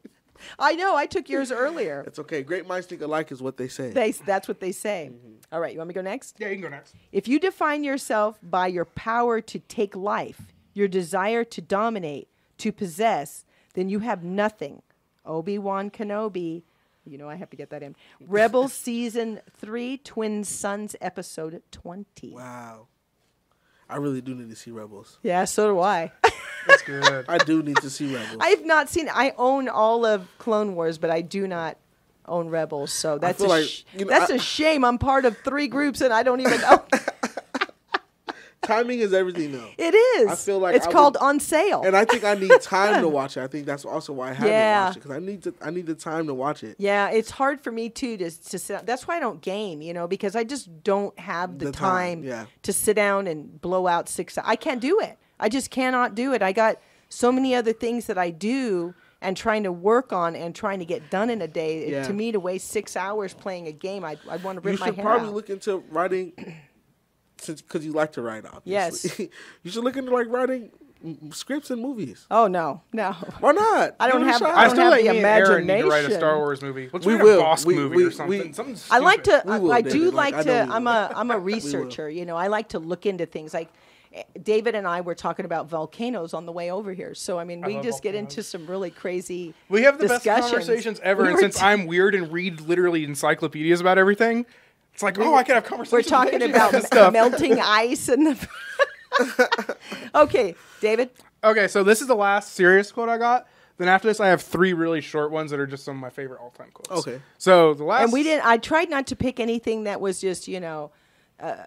S1: I know. I took yours earlier.
S3: It's okay. Great minds think alike is what they say.
S1: They, that's what they say.
S3: Mm-hmm.
S1: All right, you want me to go next?
S2: Yeah, you can go next.
S1: If you define yourself by your power to take life, your desire to dominate, to possess, then you have nothing. Obi Wan Kenobi, You know I have to get that
S3: [laughs]
S1: in. Rebel season three, Twin Sons episode twenty.
S3: Wow. I really do need to see Rebels.
S1: Yeah, so do I. [laughs]
S2: That's good.
S3: I do need to see Rebels. I,
S1: I've not seen. I own all of Clone Wars, but I do not own Rebels. So that's a
S3: feel like,
S1: sh-
S3: you know,
S1: that's a
S3: I-
S1: shame. I'm part of three groups, and I don't even
S3: [laughs]
S1: know.
S3: Timing is everything though.
S1: it is.
S3: I feel like
S1: it's
S3: I
S1: called
S3: would-
S1: on sale.
S3: And I think I
S1: [laughs]
S3: need time to watch it. I think that's also why I haven't
S1: Yeah.
S3: watched it because I need to. I need the time to watch it.
S1: yeah, it's hard for me too to to sit. down. That's why I don't game, you know, because I just don't have the,
S3: The
S1: time,
S3: time, yeah.
S1: to sit down and blow out six. I can't do it. I just cannot do it. I got so many other things that I do and trying to work on and trying to get done in a day.
S3: Yeah.
S1: To me, to waste six hours playing a game, I I want to rip
S3: you
S1: my
S3: should
S1: hair
S3: probably
S1: out.
S3: look into writing [clears throat] since because you like to write obviously
S1: Yes.
S3: [laughs] you should look into like writing mm, scripts and movies
S1: Oh no, no.
S3: why not
S1: I don't
S3: Give it a
S1: have-
S3: shot.
S1: I
S2: I
S1: don't
S2: still
S1: have
S2: like
S1: the
S2: me and Aaron need to write a
S1: imagination.
S2: Star Wars movie. Let's
S3: We
S2: read
S3: will.
S2: a Bosk
S3: We-
S2: movie
S3: we-
S2: or something.
S3: we-
S2: something
S1: I like
S2: stupid.
S1: to.
S3: We
S1: I,
S3: will,
S1: I
S3: David,
S1: do like,
S3: like, I know
S1: to.
S3: [laughs] we
S1: I'm
S3: will.
S1: a I'm a researcher. You know, I like to look into things. Like eh, David and I were talking about volcanoes on the way over here. So I mean, we
S2: love
S1: just get into
S2: volcanoes.
S1: some really crazy.
S2: We have the best
S1: discussions.
S2: conversations ever,
S1: We
S2: and
S1: were
S2: since
S1: t-
S2: I'm weird and read literally encyclopedias about everything, it's like, oh, I can have
S1: we're
S2: conversations. with
S3: [laughs]
S1: talking
S2: Angie
S1: about
S2: this
S1: [laughs] me-
S2: stuff.
S1: melting ice and the. [laughs] okay, David.
S2: Okay, so this is the last serious quote I got. Then after this, I have three really short ones that are just some of my favorite all-time quotes.
S3: Okay.
S2: So the last
S1: And we didn't. I tried not to pick anything that was just you know. Uh,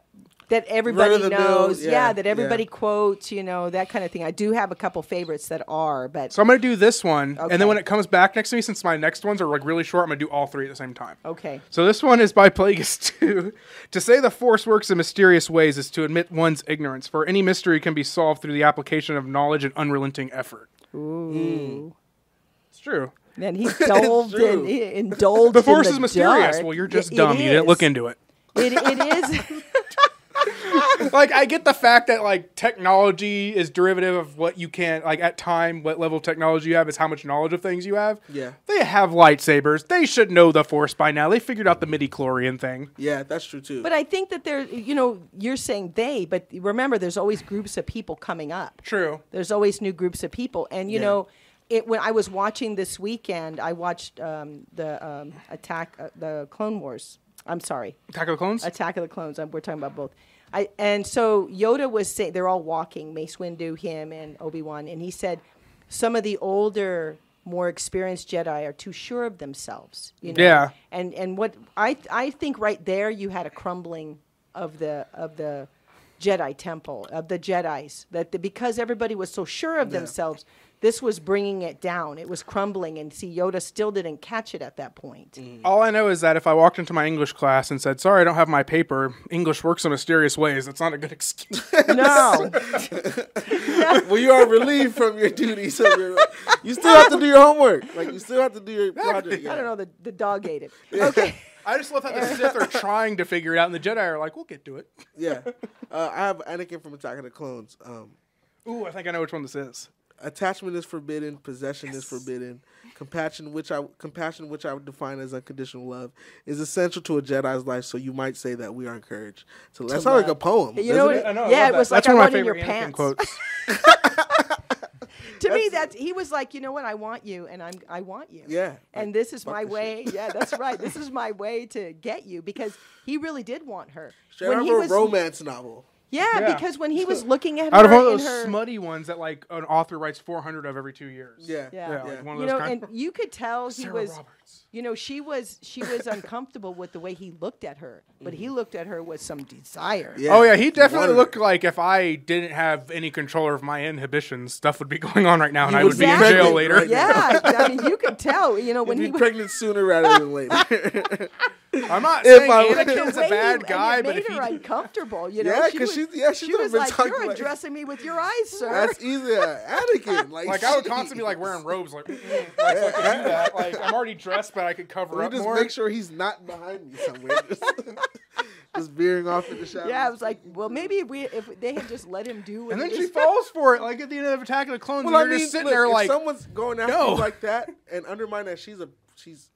S1: that everybody
S3: Run-of-the-mill,
S1: knows,
S3: yeah,
S1: yeah, That
S3: yeah.
S1: everybody quotes, you know, that kind of thing. I do have a couple favorites that are, but
S2: So I'm gonna do this one, and
S1: Okay.
S2: then when it comes back next to me, since my next ones are like really short, I'm gonna do all three at the same time.
S1: okay.
S2: So this one is by Plagueis [laughs] 2. to say the Force works in mysterious ways is to admit one's ignorance, for any mystery can be solved through the application of knowledge and unrelenting effort. Ooh. [laughs] It's true.
S1: And he delved in,
S3: true.
S1: he indulged.
S2: The Force
S1: in
S2: is mysterious.
S1: dark.
S2: Well, you're
S1: Y-
S2: just
S1: it
S2: dumb. You didn't look
S1: is.
S2: into it.
S1: [laughs]
S2: [laughs]
S1: It, it is. [laughs]
S2: like I get the fact that like technology is derivative of what you can like at time what level of technology you have is how much knowledge of things you have.
S3: Yeah.
S2: They have lightsabers. They should know the force by now. They figured out the midi chlorian thing.
S3: yeah that's true too
S1: but I think that there, you know, you're saying they, but remember, there's always groups of people coming up.
S2: True.
S1: There's always new groups of people, and you
S3: Yeah.
S1: know, it. When I was watching this weekend, I watched um, the um, attack, uh, the Clone Wars. I'm sorry,
S2: Attack of the clones?
S1: Attack of the Clones. Um, We're talking about both. I, and so Yoda was saying they're all walking, Mace Windu, him, and Obi Wan, and he said some of the older, more experienced Jedi are too sure of themselves. You know?
S2: Yeah.
S1: And and what I I think right there you had a crumbling of the of the Jedi Temple of the Jedi's that the, because everybody was so sure of themselves. This was bringing it down. It was crumbling, and see, Yoda still didn't catch it at that point.
S2: All I know is that if I walked into my English class and said, "Sorry, I don't have my paper. English works in mysterious ways." That's not a good [laughs] excuse.
S1: No,
S3: [laughs] well you are relieved from your duties so you're- you still have to do your homework like you still have to do your project yeah.
S1: [laughs] I don't know. The, the dog ate it. Okay. [laughs]
S2: I just love how the Sith are trying to figure it out, and the Jedi are like, "We'll get to it."
S3: yeah uh, I have Anakin from Attack of the Clones um
S2: Ooh, I think I know which one this is.
S3: attachment is forbidden possession is forbidden compassion which i compassion which i would define as unconditional love is essential to a jedi's life so you might say that we are encouraged so that sounds like a
S1: love.
S3: poem
S1: You
S3: doesn't
S1: know
S3: it?
S1: what- Yeah, it was
S2: That's
S1: like I
S2: one
S1: wrote
S2: of my
S1: in your pants. [laughs]
S2: favorite Anakin quotes.
S1: to me, that's he was like, you know what? I want you, and I'm I want you.
S3: Yeah,
S1: And
S3: like,
S1: this is my
S3: this
S1: way. Yeah, that's right. This is my way to get you because he really did want her.
S3: Straight out of
S1: he
S3: a
S1: was,
S3: romance novel.
S1: Yeah,
S2: Yeah.
S1: because when he was looking at
S2: out of
S1: her
S2: all those
S1: in her,
S2: smutty ones that like an author writes 400 of every two years.
S3: Yeah.
S1: Yeah.
S2: yeah,
S3: Yeah.
S2: Like one of
S1: you
S2: those
S1: know,
S2: kind.
S1: and you could tell he
S2: Sarah
S1: was.
S2: Roberts.
S1: You know, she was she was uncomfortable with the way he looked at her, but he looked at her with some desire.
S2: Oh yeah, he definitely
S3: wanted
S2: looked like if I didn't have any control of my inhibitions, stuff would be [laughs] going on right now, and I would
S3: would
S2: be
S3: be
S2: in jail
S3: pregnant
S2: later.
S3: right
S1: Yeah, I mean, you could tell. You know, when
S3: When
S1: he
S3: be
S1: was
S3: pregnant sooner rather than
S1: [laughs]
S3: later. [laughs]
S2: I'm not
S3: If
S2: saying
S3: I was-
S2: Anakin's
S1: way
S2: a
S1: he- and
S2: bad
S1: it
S2: guy, but
S1: made
S2: if he
S1: her uncomfortable, you know,
S3: Yeah,
S1: she
S3: 'cause
S1: was,
S3: she- yeah, she would've
S1: was
S3: been
S1: like,
S3: talking
S1: "You're
S3: like-
S1: addressing me with your eyes, sir."
S3: That's easy. Uh, Anakin. Like,
S2: like I would
S3: shit.
S2: constantly be like
S3: [laughs]
S2: wearing robes, like, mm, [laughs] like, so I could do that. Like I'm already dressed, but I could cover
S3: We
S2: up
S3: just
S2: more.
S3: make sure he's not behind me somewhere. [laughs] just, just veering off in the shadows.
S1: yeah, I was like, "Well, maybe if we if they had just let him do." What
S2: and then
S1: he
S2: she
S1: was-
S3: [laughs]
S2: falls for it, like at the end of Attack of the Clones.
S3: Well, I
S2: and you're
S3: mean,
S2: just sitting
S3: look,
S2: there,
S3: if
S2: like,
S3: someone's going after
S2: no.
S3: you like that and undermine that she's a she's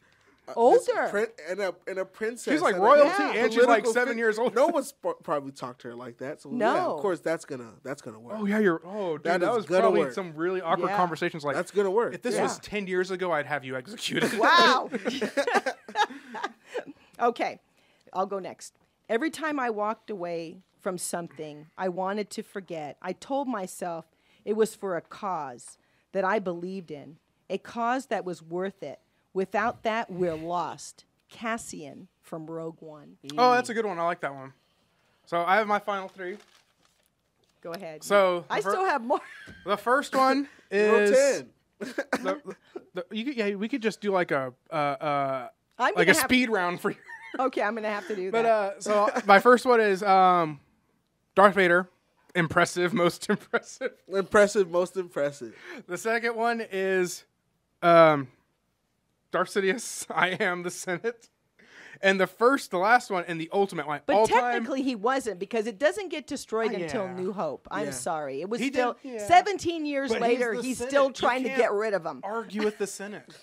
S1: Older.
S3: Prin- and a and a princess.
S2: She's like
S3: and a-
S2: royalty,
S1: Yeah.
S2: and she's like
S3: political
S2: seven
S3: fig-
S2: years old. [laughs]
S3: No one's pro- probably talked to her like that. So yeah,
S1: No.
S3: of course that's gonna that's gonna work.
S2: Oh yeah, you're. Oh, dude,
S3: That
S2: that,
S3: is
S2: was
S3: gonna
S2: probably
S3: work.
S2: some really awkward
S1: Yeah.
S2: conversations. Like
S3: That's gonna work.
S2: If this
S1: Yeah.
S2: was ten years ago, I'd have you executed.
S1: Wow. [laughs] okay, I'll go next. Every time I walked away from something I wanted to forget, I told myself it was for a cause that I believed in, a cause that was worth it. Without that, we're lost. Cassian from Rogue One.
S2: [laughs] oh, that's a good one. I like that one. So I have my final three.
S1: Go ahead.
S2: So,
S1: I
S2: the fir-
S1: still have more. [laughs]
S2: The first one
S3: [laughs] Roll
S2: is.
S3: ten.
S2: the, the, you could, yeah, we could just do like a uh, uh,
S1: I'm
S2: like
S1: gonna
S2: a
S1: have-
S2: speed round for you.
S1: Okay, I'm gonna have to do
S2: But
S1: that.
S2: uh, so my first one is um, Darth Vader, impressive, [laughs] most impressive.
S3: Impressive, most impressive.
S2: The second one is um, Darth Sidious. [laughs] I am the Senate, and the first, the last one, and the ultimate one.
S1: But
S2: all time,
S1: technically, he wasn't because it doesn't get destroyed
S2: Ah,
S1: until
S2: yeah.
S1: New Hope. I'm
S3: Yeah.
S1: sorry. It was
S2: He did-
S1: still
S2: yeah.
S1: 17 years
S2: But he's
S1: later.
S2: the
S1: He's,
S2: Senate.
S1: still
S2: You
S1: trying to
S2: can't
S1: get rid of him.
S2: argue with
S1: [laughs]
S2: the Senate.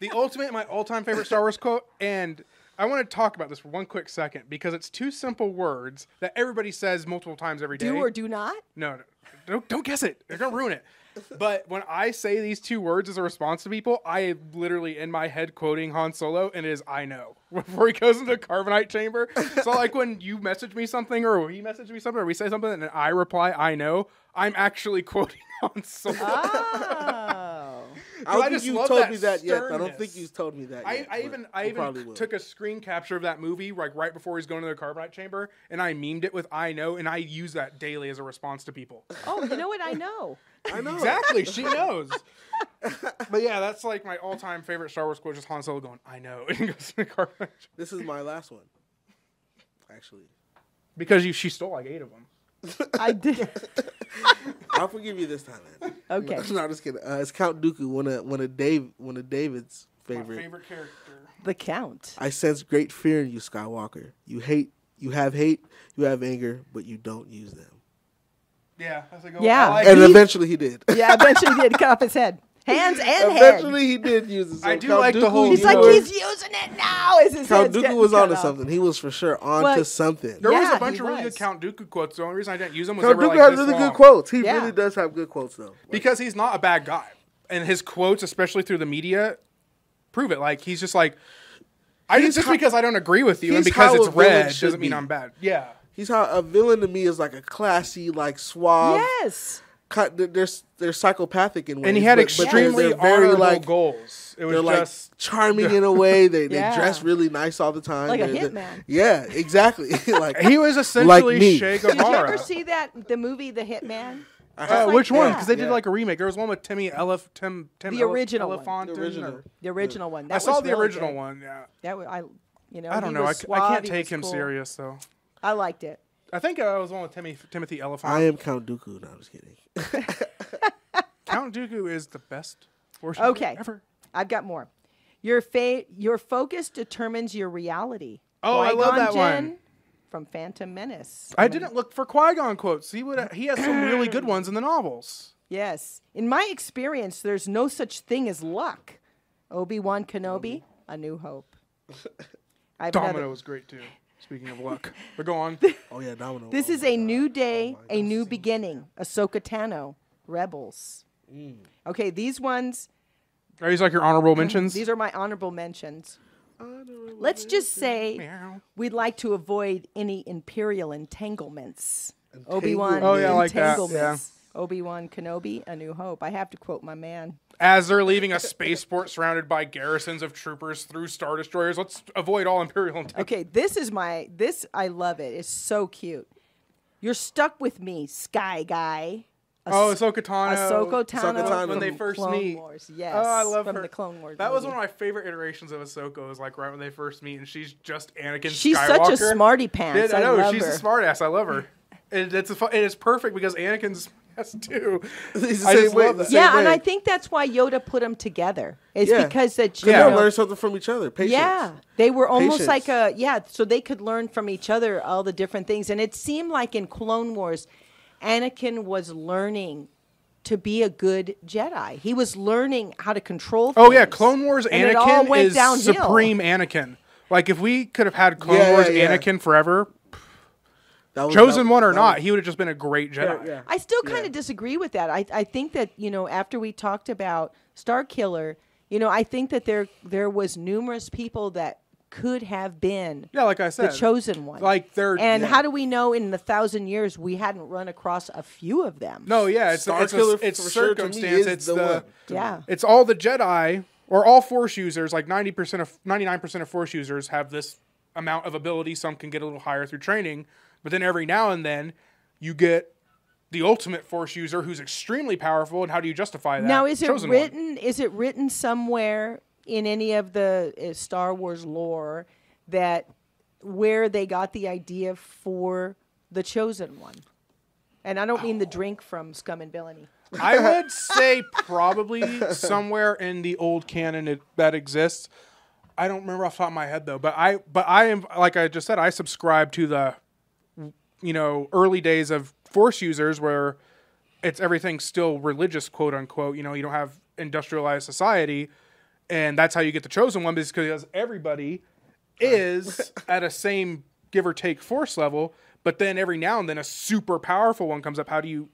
S2: the ultimate, my all-time favorite Star Wars quote, and I want to talk about this for one quick second because it's two simple words that everybody says multiple times every day.
S1: Do or do
S2: [laughs]
S1: not.
S2: No, no, don't don't guess it. You're gonna
S3: [laughs]
S2: ruin it. But when I say these two words as a response to people, I am literally in my head quoting Han Solo, and it is "I know" [laughs] before he goes into the carbonite chamber. So like when you message me something, or he messaged me something, or we say something, and I reply "I know," I'm actually [laughs] quoting Han Solo.
S1: Oh.
S3: I don't
S2: I
S3: think
S2: just
S3: you
S2: love
S3: told
S2: that
S3: me that yet. I don't
S2: sternness.
S3: think you told me that.
S2: I,
S3: yet,
S2: I
S3: but
S2: even I
S3: you probably
S2: even
S3: will.
S2: took a screen capture of that movie like right before he's going to the carbonite chamber, and I memed it with "I know," and I use that daily as a response to people.
S1: oh, you know what? I know.
S3: I know.
S2: Exactly, [laughs] she knows. but yeah, that's like my all-time favorite Star Wars quote: just Han Solo going, "I know," [laughs] and he goes to the carbonite chamber.
S3: This is my
S2: [laughs]
S3: last one. Actually,
S2: because you she stole like eight of them. [laughs]
S1: I did.
S3: I'll forgive you this time, man.
S1: Okay.
S3: [laughs] No, I'm just kidding. Uh, it's Count Dooku, one of one of Dave, one of David's
S2: My
S3: favorite.
S2: favorite character.
S1: The count.
S3: I sense great fear in you, Skywalker. You hate, you have hate, you have anger, but you don't use them.
S2: Yeah, that's a good
S1: Yeah.
S2: one. I,
S3: And
S2: like,
S1: he-
S3: eventually he did.
S1: Yeah, eventually he did cut off his head. Hands
S3: [laughs]
S1: and head.
S3: eventually he did use it. So
S2: I do
S3: Count
S2: like the
S3: Dooku,
S2: whole-
S1: He's
S3: you
S1: like,
S3: were-
S1: he's using it now. Is his
S3: Count
S1: head's
S3: Dooku
S1: getting
S3: was
S1: cut
S3: onto
S1: off.
S3: something. He was for sure onto
S1: Well,
S3: something.
S2: there was
S1: Yeah,
S2: a bunch
S1: he
S2: of really
S1: was.
S2: good Count Dooku quotes. The only reason I didn't use them was
S3: Count
S2: they
S3: Dooku
S2: were like
S3: has
S2: this
S3: really
S2: long.
S3: good quotes. He
S1: Yeah.
S3: really does have good quotes though. Like,
S2: because he's not a bad guy, and his quotes, especially through the media, prove it. Like he's just like, I just
S3: how-
S2: because I don't agree with you, and
S3: he's
S2: because
S3: how
S2: it's
S3: a villain
S2: red
S3: should
S2: doesn't mean
S3: be.
S2: I'm bad. Yeah,
S3: he's how a villain to me is like a classy, like suave.
S1: Yes.
S3: cut- they're, they're they're psychopathic in ways.
S2: and he had
S3: but- but they're-
S2: extremely
S3: they're very,
S2: honorable
S3: like,
S2: goals. It was
S3: They're like
S2: just
S3: charming in a way. They they
S1: Yeah.
S3: dress really nice all the time.
S1: Like a
S3: They're- they're-
S1: hitman.
S3: Yeah, exactly. [laughs] like
S2: he was essentially
S3: me.
S2: Che
S1: Did you ever
S2: Guevara.
S1: see that the movie The Hitman?
S2: Uh,
S1: like
S2: which one?
S1: that?
S2: Because they
S3: Yeah.
S2: did like a remake. There was one with Timmy Elef, Tim, Tim
S1: The
S2: Elef-
S1: original one.
S2: Elephant-
S3: The original.
S1: The original one. That
S2: I saw
S1: was
S2: the
S1: really
S2: original
S1: good.
S2: one. Yeah,
S1: That was, I, you know,
S2: I don't
S1: he
S2: know. I,
S1: was
S2: c- I can't
S1: suave, he
S2: take
S1: was
S2: him
S1: cool.
S2: serious though.
S1: I liked it.
S2: I think I was one with Timmy, Timothy Elephant.
S3: I am Count Dooku. No, I'm just kidding. [laughs]
S2: Count Dooku is the best. force user
S1: Okay.
S2: Ever.
S1: I've got more. Your fa- your focus determines your reality.
S2: Oh, I love that
S1: Qui-Gon Jinn
S2: one.
S1: From Phantom Menace.
S2: I didn't look for Qui Gon quotes. He would. He has some really good ones in the novels.
S1: Yes. In my experience, there's no such thing as luck. Obi-Wan Kenobi, A New
S2: [laughs]
S1: Hope. I have another-
S2: Domino was great too. Speaking of luck, but go on.
S3: Oh yeah, Domino.
S1: This
S3: Oh,
S1: is a new day, a new beginning. Ahsoka Tano, Rebels.
S2: Mm.
S1: Okay, these ones,
S2: Are these like your honorable mentions?
S1: these are my honorable mentions. Let's just say
S2: Meow.
S1: we'd like to avoid any imperial entanglements.
S3: Entanglements.
S1: Obi Wan
S2: Oh, yeah, I like that.
S1: entanglements. Obi Wan Kenobi, A New Hope. I have to quote my man.
S2: As they're leaving a spaceport surrounded by garrisons of troopers through star destroyers, let's avoid all imperial. Intent.
S1: Okay, this is my this. I love it. It's so cute. You're stuck with me, Sky Guy. Ahs-
S2: Oh, Ahsoka Tano.
S1: Ahsoka
S3: Ahsoka
S1: Tano.
S3: Tano.
S2: When
S1: from
S2: they
S1: the
S2: first
S1: Clone
S2: meet.
S1: Wars. Yes.
S2: Oh, I love
S1: from
S2: her.
S1: the Clone Wars.
S2: That was
S1: movie.
S2: one of my favorite iterations of Ahsoka. Was like right when they first meet, and she's just Anakin.
S1: She's
S2: Skywalker.
S1: such a smarty pants.
S2: Dude, I
S1: I
S2: know
S1: love
S2: she's
S1: her.
S2: a smartass. I love her. And it's a fu- and it's perfect because Anakin's [laughs] a smartass too.
S1: [laughs]
S3: He's the
S2: I
S3: same
S2: just
S3: way-
S2: love
S3: the
S2: that.
S3: same
S1: Yeah, and
S3: way.
S1: I think that's why Yoda put them together. It's
S3: Yeah.
S1: because that you
S2: Yeah.
S3: Yeah,
S1: know,
S3: learn something from each other. Patience.
S1: Yeah, they were almost
S3: Patience.
S1: like a yeah. So they could learn from each other all the different things, and it seemed like in Clone Wars, Anakin was learning to be a good Jedi. He was learning how to control.
S2: Oh yeah,
S1: things.
S2: Clone Wars
S1: And it all
S2: Anakin
S1: went
S2: is
S1: downhill.
S2: supreme Anakin. Like if we could have had Clone
S3: Yeah,
S2: Wars
S3: yeah.
S2: Anakin forever,
S3: That was-
S2: chosen
S3: that-
S2: one or
S3: that
S2: not,
S3: was-
S2: he would have just been a great Jedi.
S3: yeah.
S1: I still kind of disagree with that. I, I think that you know after we talked about Star Killer, you know I think that there there was numerous people that could have been
S2: Yeah, like I
S1: the
S2: said,
S1: chosen one.
S2: like they're
S1: and
S2: yeah.
S1: how do we know in the thousand years we hadn't run across a few of them?
S2: no, yeah, it's
S3: Star
S2: it's, a,
S3: Killer
S2: it's
S3: for sure to me
S2: circumstance.
S3: is
S2: it's the,
S3: the one.
S1: Yeah.
S2: it's all the Jedi or all Force users. Like ninety percent of ninety nine percent of Force users have this amount of ability. Some can get a little higher through training, but then every now and then you get the ultimate Force user who's extremely powerful. And how do you justify that?
S1: Now, is it
S2: Chosen one.
S1: written? Is it written somewhere in any of the uh, Star Wars lore that where they got the idea for the chosen one? And I don't mean
S2: Oh.
S1: the drink from Scum and Villainy.
S2: I would say probably somewhere in the old canon it, that exists. I don't remember off the top of my head though, but I but I am like I just said I subscribe to the you know early days of force users where it's everything still religious quote unquote. You know you don't have industrialized society, and that's how you get the chosen one because everybody is at a same give or take force level. But then every now and then a super powerful one comes up. How do you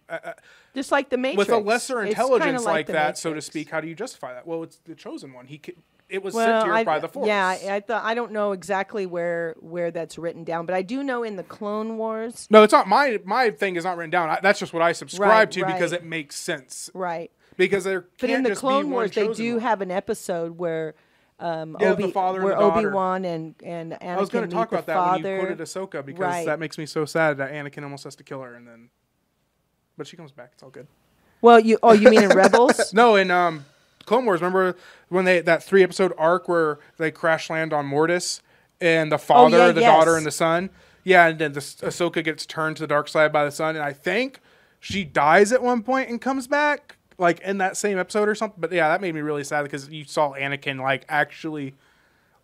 S1: Just like the Matrix.
S2: with a lesser
S1: It's kinda
S2: intelligence like,
S1: the
S2: that, so to
S1: Matrix.
S2: speak, how do you justify that? Well, it's the chosen one. He ca- it was
S1: Well,
S2: sent here
S1: I-
S2: by the force.
S1: Yeah, I, I thought I don't know exactly where where that's written down, but I do know in the Clone Wars,
S2: no, it's not my my thing is not written down. I, that's just what I subscribe
S1: Right,
S2: to because
S1: right.
S2: it makes sense.
S1: right?
S2: Because there
S1: But
S2: can't
S1: in the
S2: just be
S1: Clone
S2: one
S1: Wars, they
S2: chosen
S1: do
S2: one.
S1: have an episode where um,
S2: Yeah,
S1: Obi-
S2: the father and
S1: where
S2: the daughter.
S1: Obi Wan and and Anakin
S2: I was going
S1: meet
S2: to talk
S1: the
S2: about that
S1: father.
S2: when you quoted Ahsoka because
S1: Right.
S2: that makes me so sad that Anakin almost has to kill her and then, but she comes back. It's all good.
S1: Well, you oh, you mean in
S2: [laughs]
S1: Rebels?
S2: No, and um, Clone Wars. Remember when they that three episode arc where they crash land on Mortis and the father,
S1: yeah,
S2: the
S1: yes.
S2: daughter, and the son. Yeah, and then the Ahsoka gets turned to the dark side by the sun, and I think she dies at one point and comes back, like in that same episode or something. But yeah, that made me really sad because you saw Anakin like actually.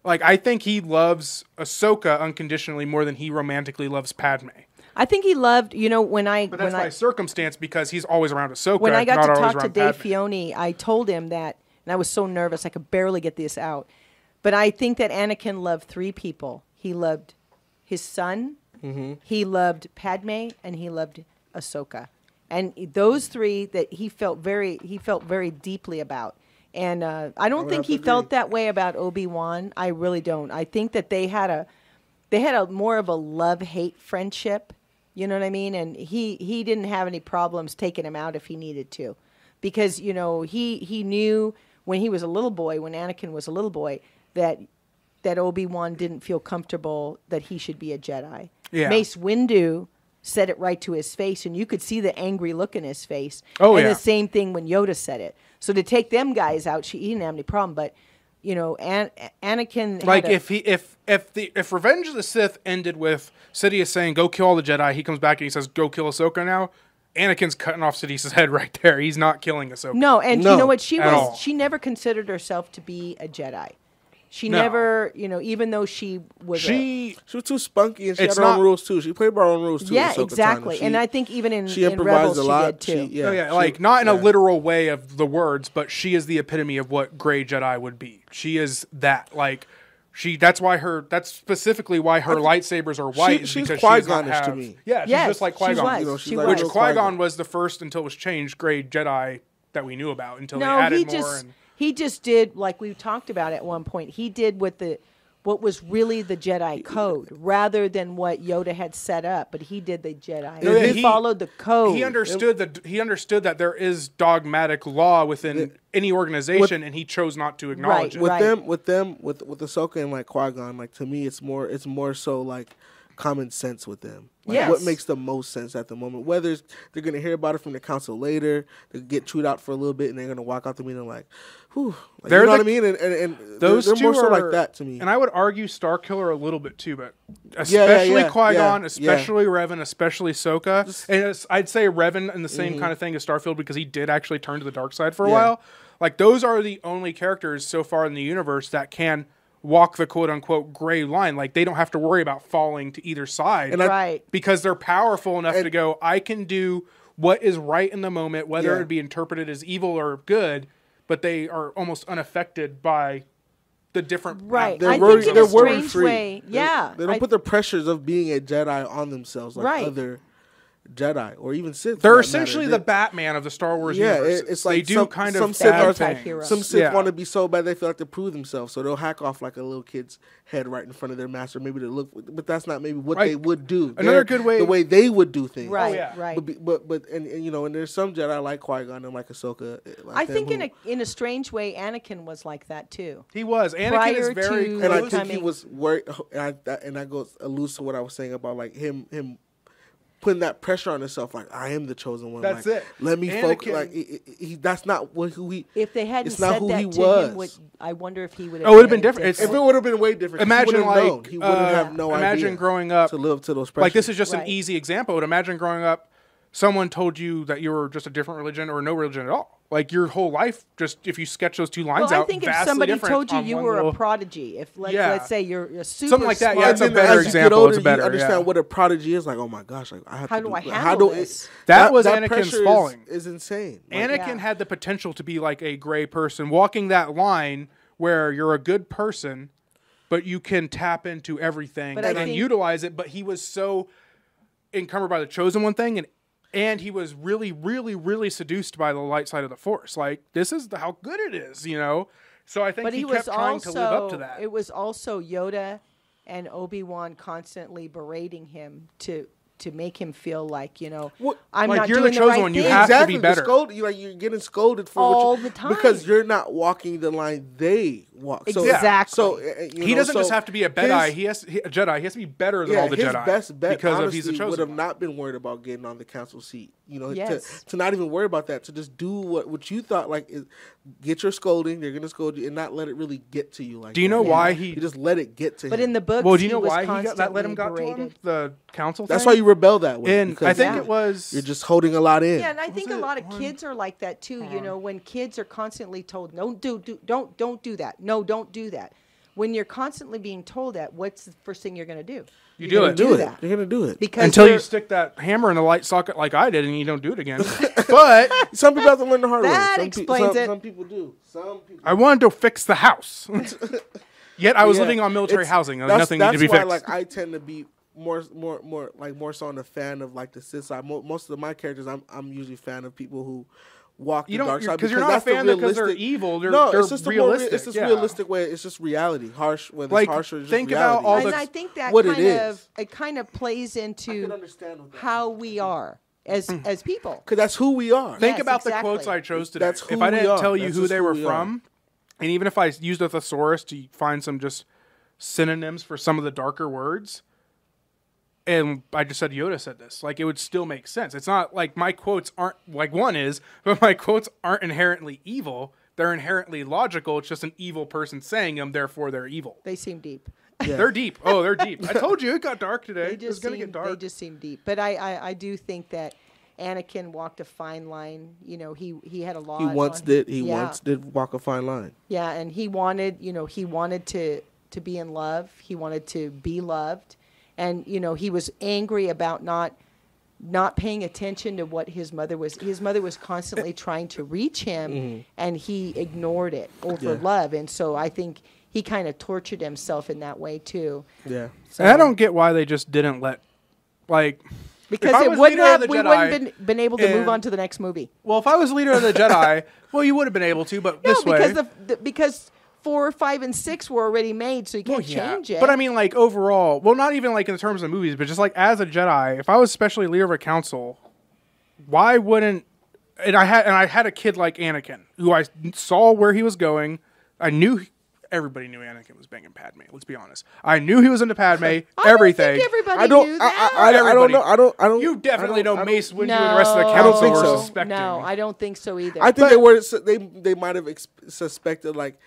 S2: Like I think he loves Ahsoka unconditionally more than he romantically loves Padme.
S1: I think he loved. You know, when I
S2: But that's
S1: when I
S2: by circumstance because he's always around Ahsoka.
S1: when I got
S2: not
S1: to talk
S2: always
S1: to
S2: around
S1: Dave
S2: Padme.
S1: Fione, I told him that, and I was so nervous I could barely get this out. But I think that Anakin loved three people. He loved his son,
S2: Mm-hmm.
S1: he loved Padme, and he loved Ahsoka. And those three that he felt very he felt very deeply about. And uh, I
S2: Oh,
S1: don't think
S3: have to
S1: he
S3: agree.
S1: felt that way about Obi Wan. I really don't. I think that they had a they had a more of a love hate friendship. You know what I mean? And he he didn't have any problems taking him out if he needed to, because you know he he knew when he was a little boy, when Anakin was a little boy, that that Obi Wan didn't feel comfortable that he should be a Jedi.
S2: Yeah.
S1: Mace Windu said it right to his face, and you could see the angry look in his face.
S2: Oh,
S1: and
S2: yeah.
S1: the same thing when Yoda said it. So to take them guys out, she he didn't have any problem, but. You know, An- Anakin. had
S2: like
S1: a-
S2: if he if if the if Revenge of the Sith ended with Sidious saying go kill all the Jedi, he comes back and he says go kill Ahsoka now. Anakin's cutting off Sidious's head [laughs] right there. He's not killing Ahsoka.
S1: No, and you
S3: No,
S1: know what? She
S2: at
S1: was.
S2: all.
S1: She never considered herself to be a Jedi. She
S2: No.
S1: never, you know, even though she was. a-
S2: she
S3: She was too spunky and she
S2: It's
S3: had her
S2: not-
S3: own rules too. She played by her own rules too.
S1: yeah,
S3: Ahsoka Tano.
S1: exactly.
S3: She-
S1: and I think even in,
S3: she
S1: in Rebels,
S3: improvised a lot.
S1: she did too.
S3: She- yeah,
S2: oh yeah,
S3: she-
S2: like not in a
S3: yeah.
S2: literal way of the words, but she is the epitome of what Grey Jedi would be. She is that like. She. That's why her. That's specifically why her lightsabers are white. is
S3: she's
S2: because she does not
S3: Qui-Gon-ish to
S2: have-
S3: me.
S2: Yeah, she's
S1: Yes,
S2: just like
S1: she
S2: Qui Gon.
S1: was.
S3: You know, she's
S1: she
S3: like
S1: was.
S2: Which
S3: Little
S2: Qui Gon
S3: Qui-Gon.
S2: was the first until it was changed grade Jedi that we knew about until they
S1: no,
S2: added
S1: he
S2: more.
S1: just
S2: and,
S1: he just did like we talked about at one point. He did what the what was really the Jedi code rather than what Yoda had set up, but he did the Jedi.
S2: No, yeah,
S1: he, followed the code.
S2: He understood that he understood that there is dogmatic law within any organization, and he chose not to acknowledge
S3: with
S1: Right.
S3: them with them with with Ahsoka and like Qui Gon, like to me, it's more it's more so like common sense with them. Like,
S1: Yes.
S3: What makes the most sense at the moment? Whether it's, they're gonna hear about it from the council later, they get chewed out for a little bit, and they're gonna walk out the meeting like, whew. Like,
S2: They're
S3: you know
S2: the-
S3: what I mean? And and, and they're-
S2: it. Those
S3: they're,
S2: two
S3: more so
S2: are
S3: like that to me.
S2: and I would argue Star Killer a little bit too, but
S3: yeah,
S2: especially
S3: yeah,
S2: Qui Gon,
S3: yeah.
S2: especially Revan, especially Ahsoka, and it's, I'd say Revan in the same kind of thing as Starfield because he did actually turn to the dark side for a
S3: Mm-hmm. Yeah.
S2: while. Like those are the only characters so far in the universe that can walk the quote unquote gray line. Like they don't have to worry about falling to either side.
S3: I-
S1: right.
S2: because they're powerful enough to go i can do what is right in the moment, whether
S3: Yeah.
S2: it be interpreted as evil or good, but they are almost unaffected by the different
S1: Right.
S3: They're
S1: I
S3: worry,
S1: think in
S3: they're
S1: a
S3: worry
S1: strange
S3: free.
S1: way,
S3: They-
S1: yeah,
S3: they don't
S1: I-
S3: put the pressures of being a Jedi on themselves like
S1: Right.
S3: other Jedi or even Sith. for
S2: They're
S3: that matter.
S2: essentially
S3: They-
S2: the Batman of the Star Wars
S3: Yeah,
S2: universe.
S3: it- it's
S2: they
S3: like
S2: do
S3: some-
S2: kind
S3: some
S2: of
S3: Sith are
S2: bad
S1: anti-hero.
S2: things.
S1: Right.
S3: Some Sith
S2: Yeah.
S3: want to be so bad they feel like to prove themselves, so they'll hack off like a little kid's head right in front of their master, maybe to look. But that's not maybe what they
S2: Right.
S3: would do.
S2: Another
S3: They're-
S2: good way- Oh,
S3: the way they would do things.
S1: Right,
S2: yeah.
S1: right.
S3: But be- but but and, and you know, and there's some Jedi like Qui Gon and like Ahsoka. eh, Like
S1: I
S3: them
S1: think
S3: who-
S1: in a in a strange way, Anakin was like that too.
S2: He was. Anakin is
S1: Prior
S2: very
S1: to-
S2: close.
S3: and I
S1: Those
S3: think he
S1: timing-
S3: was worried, and I that, and that goes alludes to what I was saying about like him him putting that pressure on himself, like I am the chosen one.
S2: That's
S3: like,
S2: it.
S3: Let me focus.
S2: Anakin-
S3: Like he, he, he- that's not what who he.
S1: If they hadn't
S3: it's not
S1: said
S3: who
S1: that
S3: he
S1: to
S3: was.
S1: him, would, I wonder if he would.
S2: Oh, it would've been different. It's-
S3: if it would have been way different, 'cause he
S2: Imagine
S3: wouldn't
S2: like
S3: know. he wouldn't
S2: uh,
S3: have no
S2: imagine
S3: idea
S2: growing up
S3: to live to those pressures.
S2: like this is just
S1: Right.
S2: an easy example. But imagine growing up, someone told you that you were just a different religion or no religion at all. Like your whole life, just if you sketch those two lines
S1: well, I
S2: out,
S1: think if
S2: vastly
S1: somebody
S2: different
S1: told you
S2: on
S1: you
S2: one
S1: were
S2: little-
S1: a prodigy, if like
S2: Yeah.
S1: let's say you're a super
S2: Something like that, yeah,
S1: smart-
S2: it's a
S3: And then
S2: better
S3: as you get
S2: example, it's
S3: older,
S2: a better,
S3: You understand
S2: yeah.
S3: what a prodigy is. Like, oh my gosh, like I have
S1: How
S3: to
S1: do I
S3: how
S1: handle
S3: do
S1: this?
S2: That was Anakin's
S3: pressure is-
S2: falling.
S3: Is, insane. Like,
S2: Anakin
S1: Yeah.
S2: had the potential to be like a gray person, walking that line where you're a good person, but you can tap into everything
S1: But I
S2: and then
S1: think-
S2: utilize it. But he was so encumbered by the chosen one thing, and and he was really, really, really seduced by the light side of the force. Like this is the, how good it is, you know. So I think
S1: But
S2: he,
S1: he,
S2: kept
S1: was
S2: trying
S1: also
S2: to live up to that.
S1: it was also Yoda and Obi Wan constantly berating him to to make him feel like you know
S3: What-
S1: I'm
S2: like,
S1: not
S2: you're the
S1: doing
S2: chosen
S1: right
S2: one, you
S1: thing.
S2: have to
S3: exactly.
S2: be better.
S3: You're, scolded, you're, like, you're getting scolded for what
S1: All
S3: you-
S1: the time.
S3: because you're not walking the line they walk. So,
S1: Exactly.
S3: So uh, uh, you
S2: he
S3: know,
S2: doesn't just
S3: so
S2: have to be a Jedi.
S3: his-
S2: he has he, a Jedi. He has to be better than
S3: yeah,
S2: all the
S3: his
S2: Jedi
S3: best bet
S2: because
S3: honestly,
S2: of he's the
S3: would
S2: chosen.
S3: have
S2: one.
S3: not been worried about getting on the council seat. You know,
S1: Yes.
S3: to, to not even worry about that, to just do what what you thought like is get your scolding. They're gonna scold you and not let it really get to you. Like,
S2: Do you
S3: that,
S2: know why
S3: know?
S2: he-
S3: You just let it get to
S1: But
S3: him.
S1: in the books,
S2: Well, do you know
S1: he was
S2: why he got that let him got to
S1: constantly
S2: him?
S1: berated.
S2: The council.
S3: That's
S2: thing?
S3: why you rebel that way.
S2: And
S3: because
S2: I think
S1: Yeah.
S2: it was
S3: you're just holding a lot in.
S1: Yeah, and I think a
S2: it
S1: lot of
S2: one-
S1: kids are like that too. You know, when kids are constantly told, "No, do, do, don't, don't do that. No, don't do that." When you're constantly being told that, what's the first thing you're going to do? You're
S2: you do
S1: gonna
S2: it
S3: do it.
S1: that.
S3: You're gonna do it.
S1: Because
S2: until you
S1: you're-
S2: stick that hammer in the light socket like I did, and you don't do it
S3: [laughs]
S2: again. but
S3: Some people have to learn the hard
S1: That
S3: way. Some
S1: explains
S3: some,
S1: it.
S3: Some people do. Some people.
S2: I wanted to fix the
S3: [laughs]
S2: house. Yet I was
S3: Yeah.
S2: living on military
S3: It's-
S2: housing. Like,
S3: that's-
S2: nothing needed to be
S3: that's why,
S2: fixed.
S3: Like I tend to be more, more, more like more so on the fan of like the Sith side. Mo- most of my characters, I'm I'm usually fan of people who walk
S2: You
S3: the
S2: don't-
S3: dark
S2: you're-
S3: side
S2: 'cause you're not a
S3: that's the
S2: fan because they're
S3: realistic-
S2: evil, they're-
S3: no,
S2: they're
S3: it's just a more rea-
S2: realistic,
S3: it's just
S2: yeah.
S3: realistic way. It's just reality. Harsh when
S2: Like,
S3: it's harsher. It's just
S2: think about
S3: reality.
S2: all
S1: and
S2: the-
S1: I think that
S3: what it
S1: kind
S3: is.
S1: of it kind of plays into
S3: understand what that
S1: how we are as
S3: Hmm.
S1: as people.
S3: because that's who we are.
S2: Think
S1: Yes,
S2: about
S1: exactly.
S2: the quotes I chose today.
S3: That's who
S2: if I
S3: we
S2: didn't
S3: are.
S2: tell you
S3: That's
S2: who
S3: just
S2: they
S3: who
S2: were
S3: we are.
S2: from, and even if I used a thesaurus to find some just synonyms for some of the darker words, and I just said Yoda said this, like it would still make sense. It's not like my quotes aren't like one is, but my quotes aren't inherently evil. They're inherently logical. It's just an evil person saying them, therefore they're evil.
S1: They seem deep.
S3: Yeah.
S2: They're [laughs] deep. Oh, they're deep. I told you it got dark today.
S1: They
S2: It's
S1: just
S2: gonna
S1: seem
S2: get dark.
S1: they just seem deep. But I, I I do think that Anakin walked a fine line. You know, he he had a lot.
S3: he once
S1: on-
S3: did. He
S1: Yeah.
S3: once did walk a fine line.
S1: Yeah, and he wanted, you know, he wanted to to be in love. He wanted to be loved, and you know, he was angry about not not paying attention to what his mother was. His mother was
S2: [coughs]
S1: constantly trying to reach him,
S2: Mm-hmm.
S1: and he ignored it over
S3: Yeah.
S1: love. And so I think he kind of tortured himself in that way too,
S3: Yeah.
S2: and I don't get why they just didn't let, like,
S1: because
S2: I
S1: it
S2: was
S1: wouldn't
S2: leader of
S1: have
S2: the
S1: we
S2: Jedi
S1: wouldn't been been able to move
S2: and-
S1: on to the next movie.
S2: Well, if I was leader of
S1: [laughs]
S2: the Jedi, well, you would have been able to, but
S1: No,
S2: this way.
S1: because the, the because four, five, and six were already made, so you can't
S2: Well, yeah.
S1: change it.
S2: But I mean, like overall, well, not even like in terms of movies, but just like as a Jedi, if I was especially leader of a council, why wouldn't? And I had and I had a kid like Anakin, who I saw where he was going. I knew everybody knew Anakin was banging Padme. Let's be honest. I knew he was into Padme. everything.
S1: I don't think everybody
S3: I don't.
S1: knew
S3: I,
S1: that.
S3: I, I, don't- I don't
S2: Everybody.
S3: know. I don't. I don't.
S2: You definitely
S3: I don't- I
S2: know
S3: don't-
S2: Mace Windu and the rest of the
S1: No,
S3: don't
S2: council
S3: think
S2: were
S3: so.
S2: suspecting.
S1: No, I don't think so either.
S3: I think they were. They they might have ex- suspected like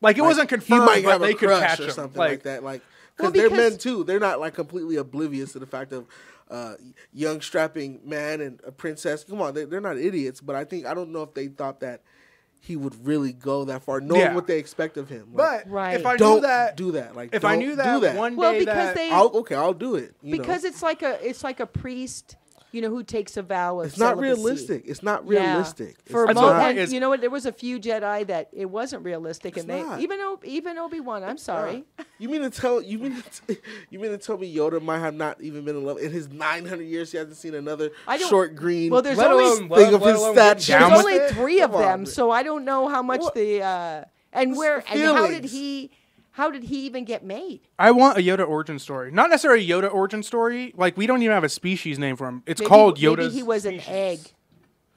S2: like it wasn't
S3: he
S2: confirmed,
S3: might
S2: but
S3: have
S2: they
S3: a
S2: could
S3: crush
S2: catch
S3: or
S2: him.
S3: something like, that. Like
S1: Well,
S3: because they're men
S1: because-
S3: too. They're not like completely oblivious to the fact of uh, young strapping man and a princess. Come on, they, they're not idiots. But I think I don't know if they thought that he would really go that far, knowing
S2: Yeah.
S3: what they expect of him. Like,
S2: But
S1: Right.
S2: if I
S3: don't
S2: knew that,
S3: do that. Like
S2: if I
S3: don't
S2: knew
S3: do
S2: that,
S3: that
S2: one day,
S1: Well, because
S2: that-
S1: they-
S3: I'll, okay, I'll do it you know.
S1: because it's like a it's like a priest you know who takes a vow of
S3: It's not
S1: celibacy.
S3: realistic. It's not
S1: Yeah.
S3: realistic. It's
S1: For a
S2: That's
S1: mo-
S2: the
S3: not-
S2: point
S1: and
S2: is-
S1: you know what? There was a few Jedi that it wasn't realistic, and they
S3: not.
S1: even o- even Obi Wan. I'm sorry.
S3: You mean to tell you mean to t- [laughs] you mean to tell me Yoda might have not even been in love in his 900 years? He hasn't seen another
S1: I don't-
S3: short green.
S1: Well, there's
S2: Let
S1: only
S2: alone-
S3: thing of
S2: let
S3: his
S2: alone getting
S3: stature.
S2: down
S1: there's
S2: with
S1: only
S3: it?
S1: three of
S3: Come on,
S1: them,
S3: man.
S1: so I don't know how much
S3: What-
S1: the uh, and where and how did
S3: feelings.
S1: he how did he even get made?
S2: I want a Yoda origin story. Not necessarily a Yoda origin story. Like we don't even have a species name for him. It's
S1: Maybe-
S2: called Yoda's.
S1: Maybe he was
S2: species.
S1: an egg.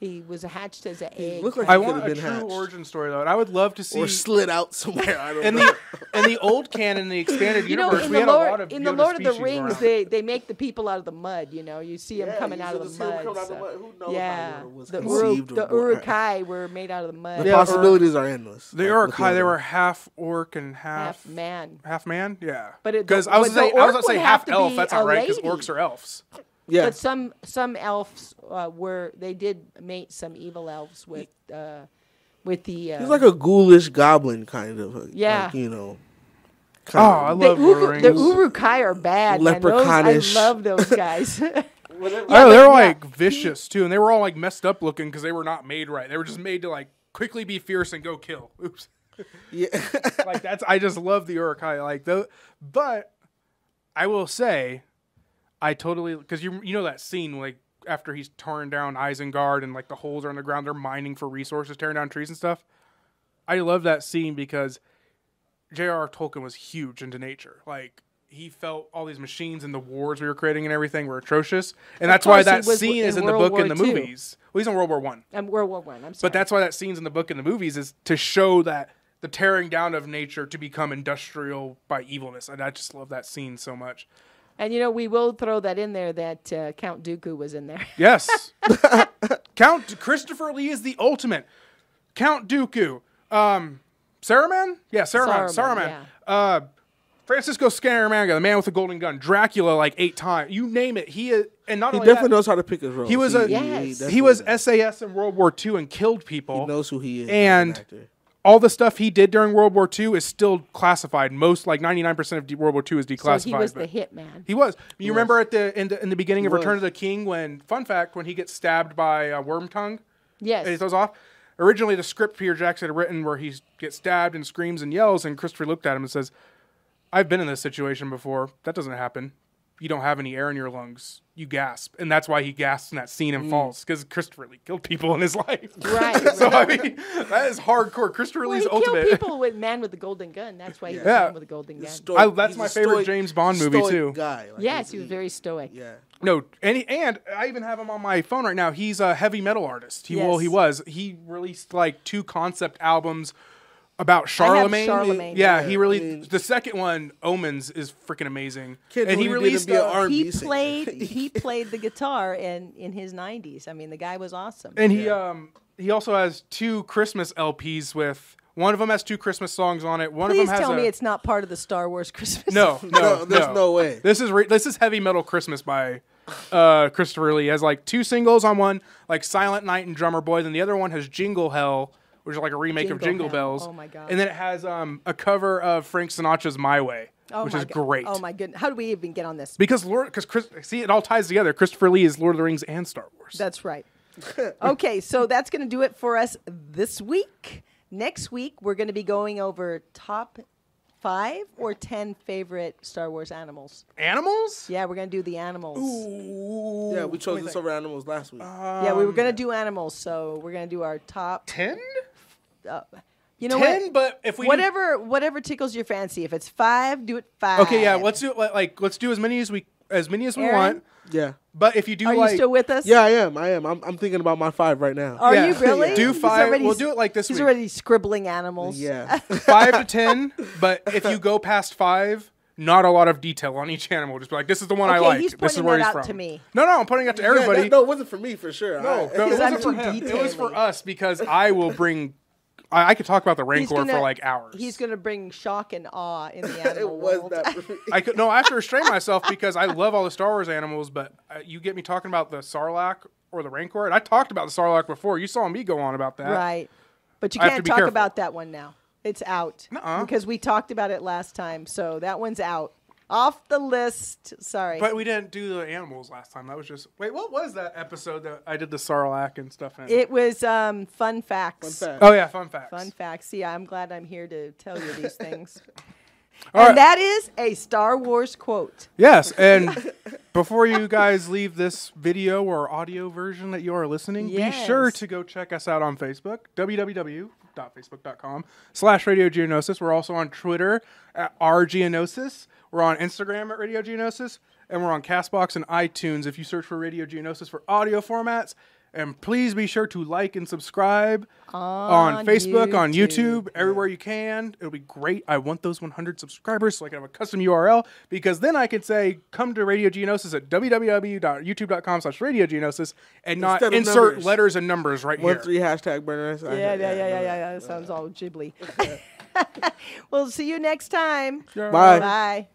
S1: He was hatched as an egg.
S3: looked like
S2: I
S3: He
S2: want a
S3: could've
S2: true
S3: been hatched.
S2: origin story though, and I would love to see.
S3: or slid out somewhere. I don't
S2: in
S3: know.
S2: the in the old canon, the expanded
S1: [laughs] you know,
S2: universe,
S1: in
S2: we
S1: the
S2: had a lot
S1: Lord
S2: of
S1: in the
S2: Yoda
S1: Lord of the
S2: species
S1: Rings,
S2: around.
S1: they, they make the people out of the mud. You know, you see them
S3: Yeah,
S1: coming
S3: you
S1: out of
S3: just
S1: the
S3: see 'em
S1: mud.
S3: coming out of the
S1: so-
S3: mud. Who knows how
S1: yeah,
S3: Yoda was
S1: the Uruk,
S3: conceived or
S1: the
S3: born.
S1: Urukai were made out of the mud.
S3: the possibilities are endless.
S2: The
S3: Like,
S2: Uruk
S3: with
S2: Hai, they
S3: Yoda.
S2: were half orc and half
S1: half man.
S2: half man. Yeah,
S1: But it-
S2: because
S1: the-
S2: I was
S1: but
S2: gonna
S1: the
S2: say I
S1: orc
S2: was gonna say
S1: would
S2: half
S1: have to
S2: elf.
S1: be
S2: That's
S1: a
S2: not right because
S1: lady.
S2: orcs are elves.
S3: Yeah.
S1: But some some elves uh, were they did mate some evil elves with uh, with the uh,
S3: He's like a ghoulish goblin kind of. like,
S1: Yeah.
S3: you
S2: Oh,
S3: know. kind of-
S2: I
S1: the,
S2: love
S1: Uru-
S2: Lord of
S1: the
S2: Rings.
S1: Urukai are bad. man. Those-
S3: Leprechaunish.
S1: I love
S2: [laughs]
S1: those guys. [laughs]
S2: oh, they're
S1: yeah.
S2: like vicious too, and they were all like messed up looking because they were not made right. They were just made to like quickly be fierce and go kill. Oops.
S3: yeah.
S2: [laughs] like that's I just love the Urukai like though, but I will say, I totally because you you know that scene like after he's torn down Isengard and like the holes are on the ground, they're mining for resources, tearing down trees and stuff. I love that scene because J.R.R. Tolkien was huge into nature, like. He felt all these machines and the wars we were creating and everything were atrocious, and that's why
S1: course, he
S2: that
S1: was
S2: scene
S1: in
S2: is in the
S1: World
S2: book and the
S1: War II.
S2: movies. Well, he's in World War One,
S1: um, World War One. I'm sorry.
S2: but that's why that scenes in the book and the movies is to show that the tearing down of nature to become industrial by evilness. And I just love that scene so much.
S1: and you know we will throw that in there that uh, Count Dooku was in there.
S2: Yes. [laughs] Count Christopher Lee is the ultimate. Count Dooku. Um Saruman? Yeah, Saruman.
S1: [laughs] Saruman,
S2: Saruman. Uh Francisco Scaramanga, the man with the golden gun, Dracula like eight times. You name it. He is and not
S3: He
S2: only
S3: definitely
S2: that,
S3: knows how to pick his role.
S2: he was a
S1: Yes.
S2: he was SAS in World War II and killed people.
S3: He knows who he is. as an
S2: and-
S3: actor.
S2: all the stuff he did during World War II is still classified. Most, like 99% of de- World War II is declassified.
S1: so he was the
S2: but-
S1: hitman.
S2: He was. You remember at the in, the in the beginning of
S3: was.
S2: Return of the King when, fun fact, when he gets stabbed by a worm tongue
S1: Yes.
S2: and he throws off? Originally, the script Peter Jackson had written where he gets stabbed and screams and yells, and Christopher looked at him and says, I've been in this situation before. That doesn't happen. You don't have any air in your lungs. You gasp. And that's why he gasps in that scene and falls because Christopher Lee killed people in his [laughs] life.
S1: Right,
S2: [laughs] so, I mean, that is hardcore. Christopher
S1: Well,
S2: Lee's
S1: he
S2: ultimate.
S1: killed people with man with the golden gun. That's why he was
S2: Yeah.
S1: man with the golden gun.
S3: Stoic-
S2: I- that's
S3: he's
S2: my
S3: a
S2: favorite
S3: stoic-
S2: James Bond movie,
S3: stoic
S2: too.
S3: Guy. Like,
S1: yes,
S3: he's-
S1: he was very stoic.
S3: Yeah.
S2: No, and he- and I even have him on my phone right now. He's a heavy metal artist. He well,
S1: Yes.
S2: he was. He released like two concept albums about Charlemagne.
S1: Charlemagne.
S2: Yeah, he
S3: Yeah,
S2: really.
S3: I mean-
S2: the second one, Omens, is freaking amazing.
S3: Kid
S2: and
S3: who
S2: he
S3: didn't
S2: released
S3: be an
S2: uh,
S3: R&B
S1: he
S2: [laughs]
S3: singer.
S1: played he played the guitar in in his 90s. I mean, the guy was awesome.
S2: and he um he also has two Christmas LPs with one of them has two Christmas songs on it. One
S1: Please
S2: of them has
S1: tell
S2: a,
S1: me it's not part of the Star Wars Christmas.
S3: [laughs]
S2: No, no,
S3: No, there's no way.
S2: This is re- this is heavy metal Christmas by uh, Christopher Lee. It Has like two singles on one, like Silent Night and Drummer Boy. Then the other one has Jingle Hell, which is like a remake of
S1: Jingle
S2: Jingle
S1: Hell.
S2: Bells.
S1: Oh my God.
S2: And then it has um, a cover of Frank Sinatra's My Way,
S1: [laughs] Oh
S2: which
S1: my
S2: is
S1: go-
S2: great.
S1: Oh my goodness. How do we even get on this?
S2: Because Lord, because Chris, see, it all ties together. Christopher Lee is Lord of the Rings and Star Wars.
S1: That's
S2: [laughs]
S1: right. okay, so that's going to do it for us this week. Next week, we're going to be going over top five or 10 favorite Star Wars animals.
S2: Animals?
S1: Yeah, we're going to do the animals.
S2: Ooh.
S3: Yeah, we chose
S2: Wait, like,
S3: this over animals last week.
S2: Uh,
S1: yeah, we were
S2: Um,
S1: going to do animals, so we're going to do our top.
S2: ten.
S1: You know
S2: ten,
S1: what?
S2: but if we do-
S1: whatever whatever tickles your fancy. If it's five, do it five.
S2: Okay, yeah, let's do let- like let's do as many as we as many as we
S1: Aaron?
S2: want.
S3: yeah.
S2: But if you do
S1: Are
S2: like
S1: you still with us?
S3: Yeah, I am. I am. I'm, I'm thinking about my five right now.
S1: Are
S2: [laughs] Yeah.
S1: you really?
S2: Do
S1: He's
S2: five-
S1: already-
S2: we'll do it like this
S1: He's
S2: week.
S1: already scribbling animals. [laughs]
S3: yeah.
S2: five to ten, but if you go past five, not a lot of detail on each animal. Just be like, this is the one I
S1: Okay,
S2: like.
S1: he's
S2: this is
S1: pointing
S2: where
S1: that
S2: he's
S1: out
S2: from.
S1: to me.
S2: No, no, I'm pointing it out to everybody.
S3: [laughs] Yeah, that- no, it wasn't for me for sure.
S2: no,
S3: I- [laughs]
S2: no, it
S1: Because I'm
S2: wasn't for him.
S1: too
S2: It was for
S1: detailing.
S2: us because I will bring. I, I could talk about the Rancor
S1: He's gonna,
S2: for like hours.
S1: He's going to bring shock and awe in
S2: [laughs]
S1: the
S3: it
S1: animal
S3: was
S1: world. [laughs]
S3: [laughs] not for me.
S2: I could no. I have to restrain myself because I love all the Star Wars animals, but uh, you get me talking about the Sarlacc or the Rancor, and I talked about the Sarlacc before. You saw me go on about that.
S1: Right. But you
S2: I have to
S1: can't
S2: be
S1: talk
S2: careful.
S1: about that one now. It's out. Because we talked about it last time. So that one's out. off the list. Sorry.
S2: But we didn't do the animals last time. That was just wait. What was that episode that I did the Sarlacc and stuff in?
S1: it was um, fun
S3: Fun
S1: facts.
S3: fact.
S2: oh yeah, fun facts.
S1: Fun facts. See, I'm glad I'm here to tell you these [laughs] things.
S2: All
S1: And
S2: right.
S1: that is a Star Wars quote.
S2: yes, and before you guys leave this video or audio version that you are listening, be sure
S1: Yes.
S2: to go check us out on Facebook. www.facebook.com slash Radio Geonosis. We're also on Twitter at rgeonosis. We're on Instagram at Radio Geonosis, and we're on Castbox and iTunes. If you search for Radio Geonosis for audio formats. And please be sure to like and subscribe on,
S1: On
S2: Facebook, on
S1: YouTube.
S2: YouTube, everywhere you can. It'll be great. I want those 100 subscribers so I can have a custom URL because then I can say, come to Radio Geonosis at www.youtube.com slash Radio Geonosis and not
S3: Instead of
S2: insert
S3: numbers.
S2: letters and numbers right
S3: One
S2: here.
S3: three hashtag burner. I-
S1: Yeah, yeah, yeah, yeah, yeah.
S3: no.
S1: yeah. [laughs] That sounds all Ghibli. we'll see you next time.
S2: Yeah.
S3: Bye.
S1: Bye.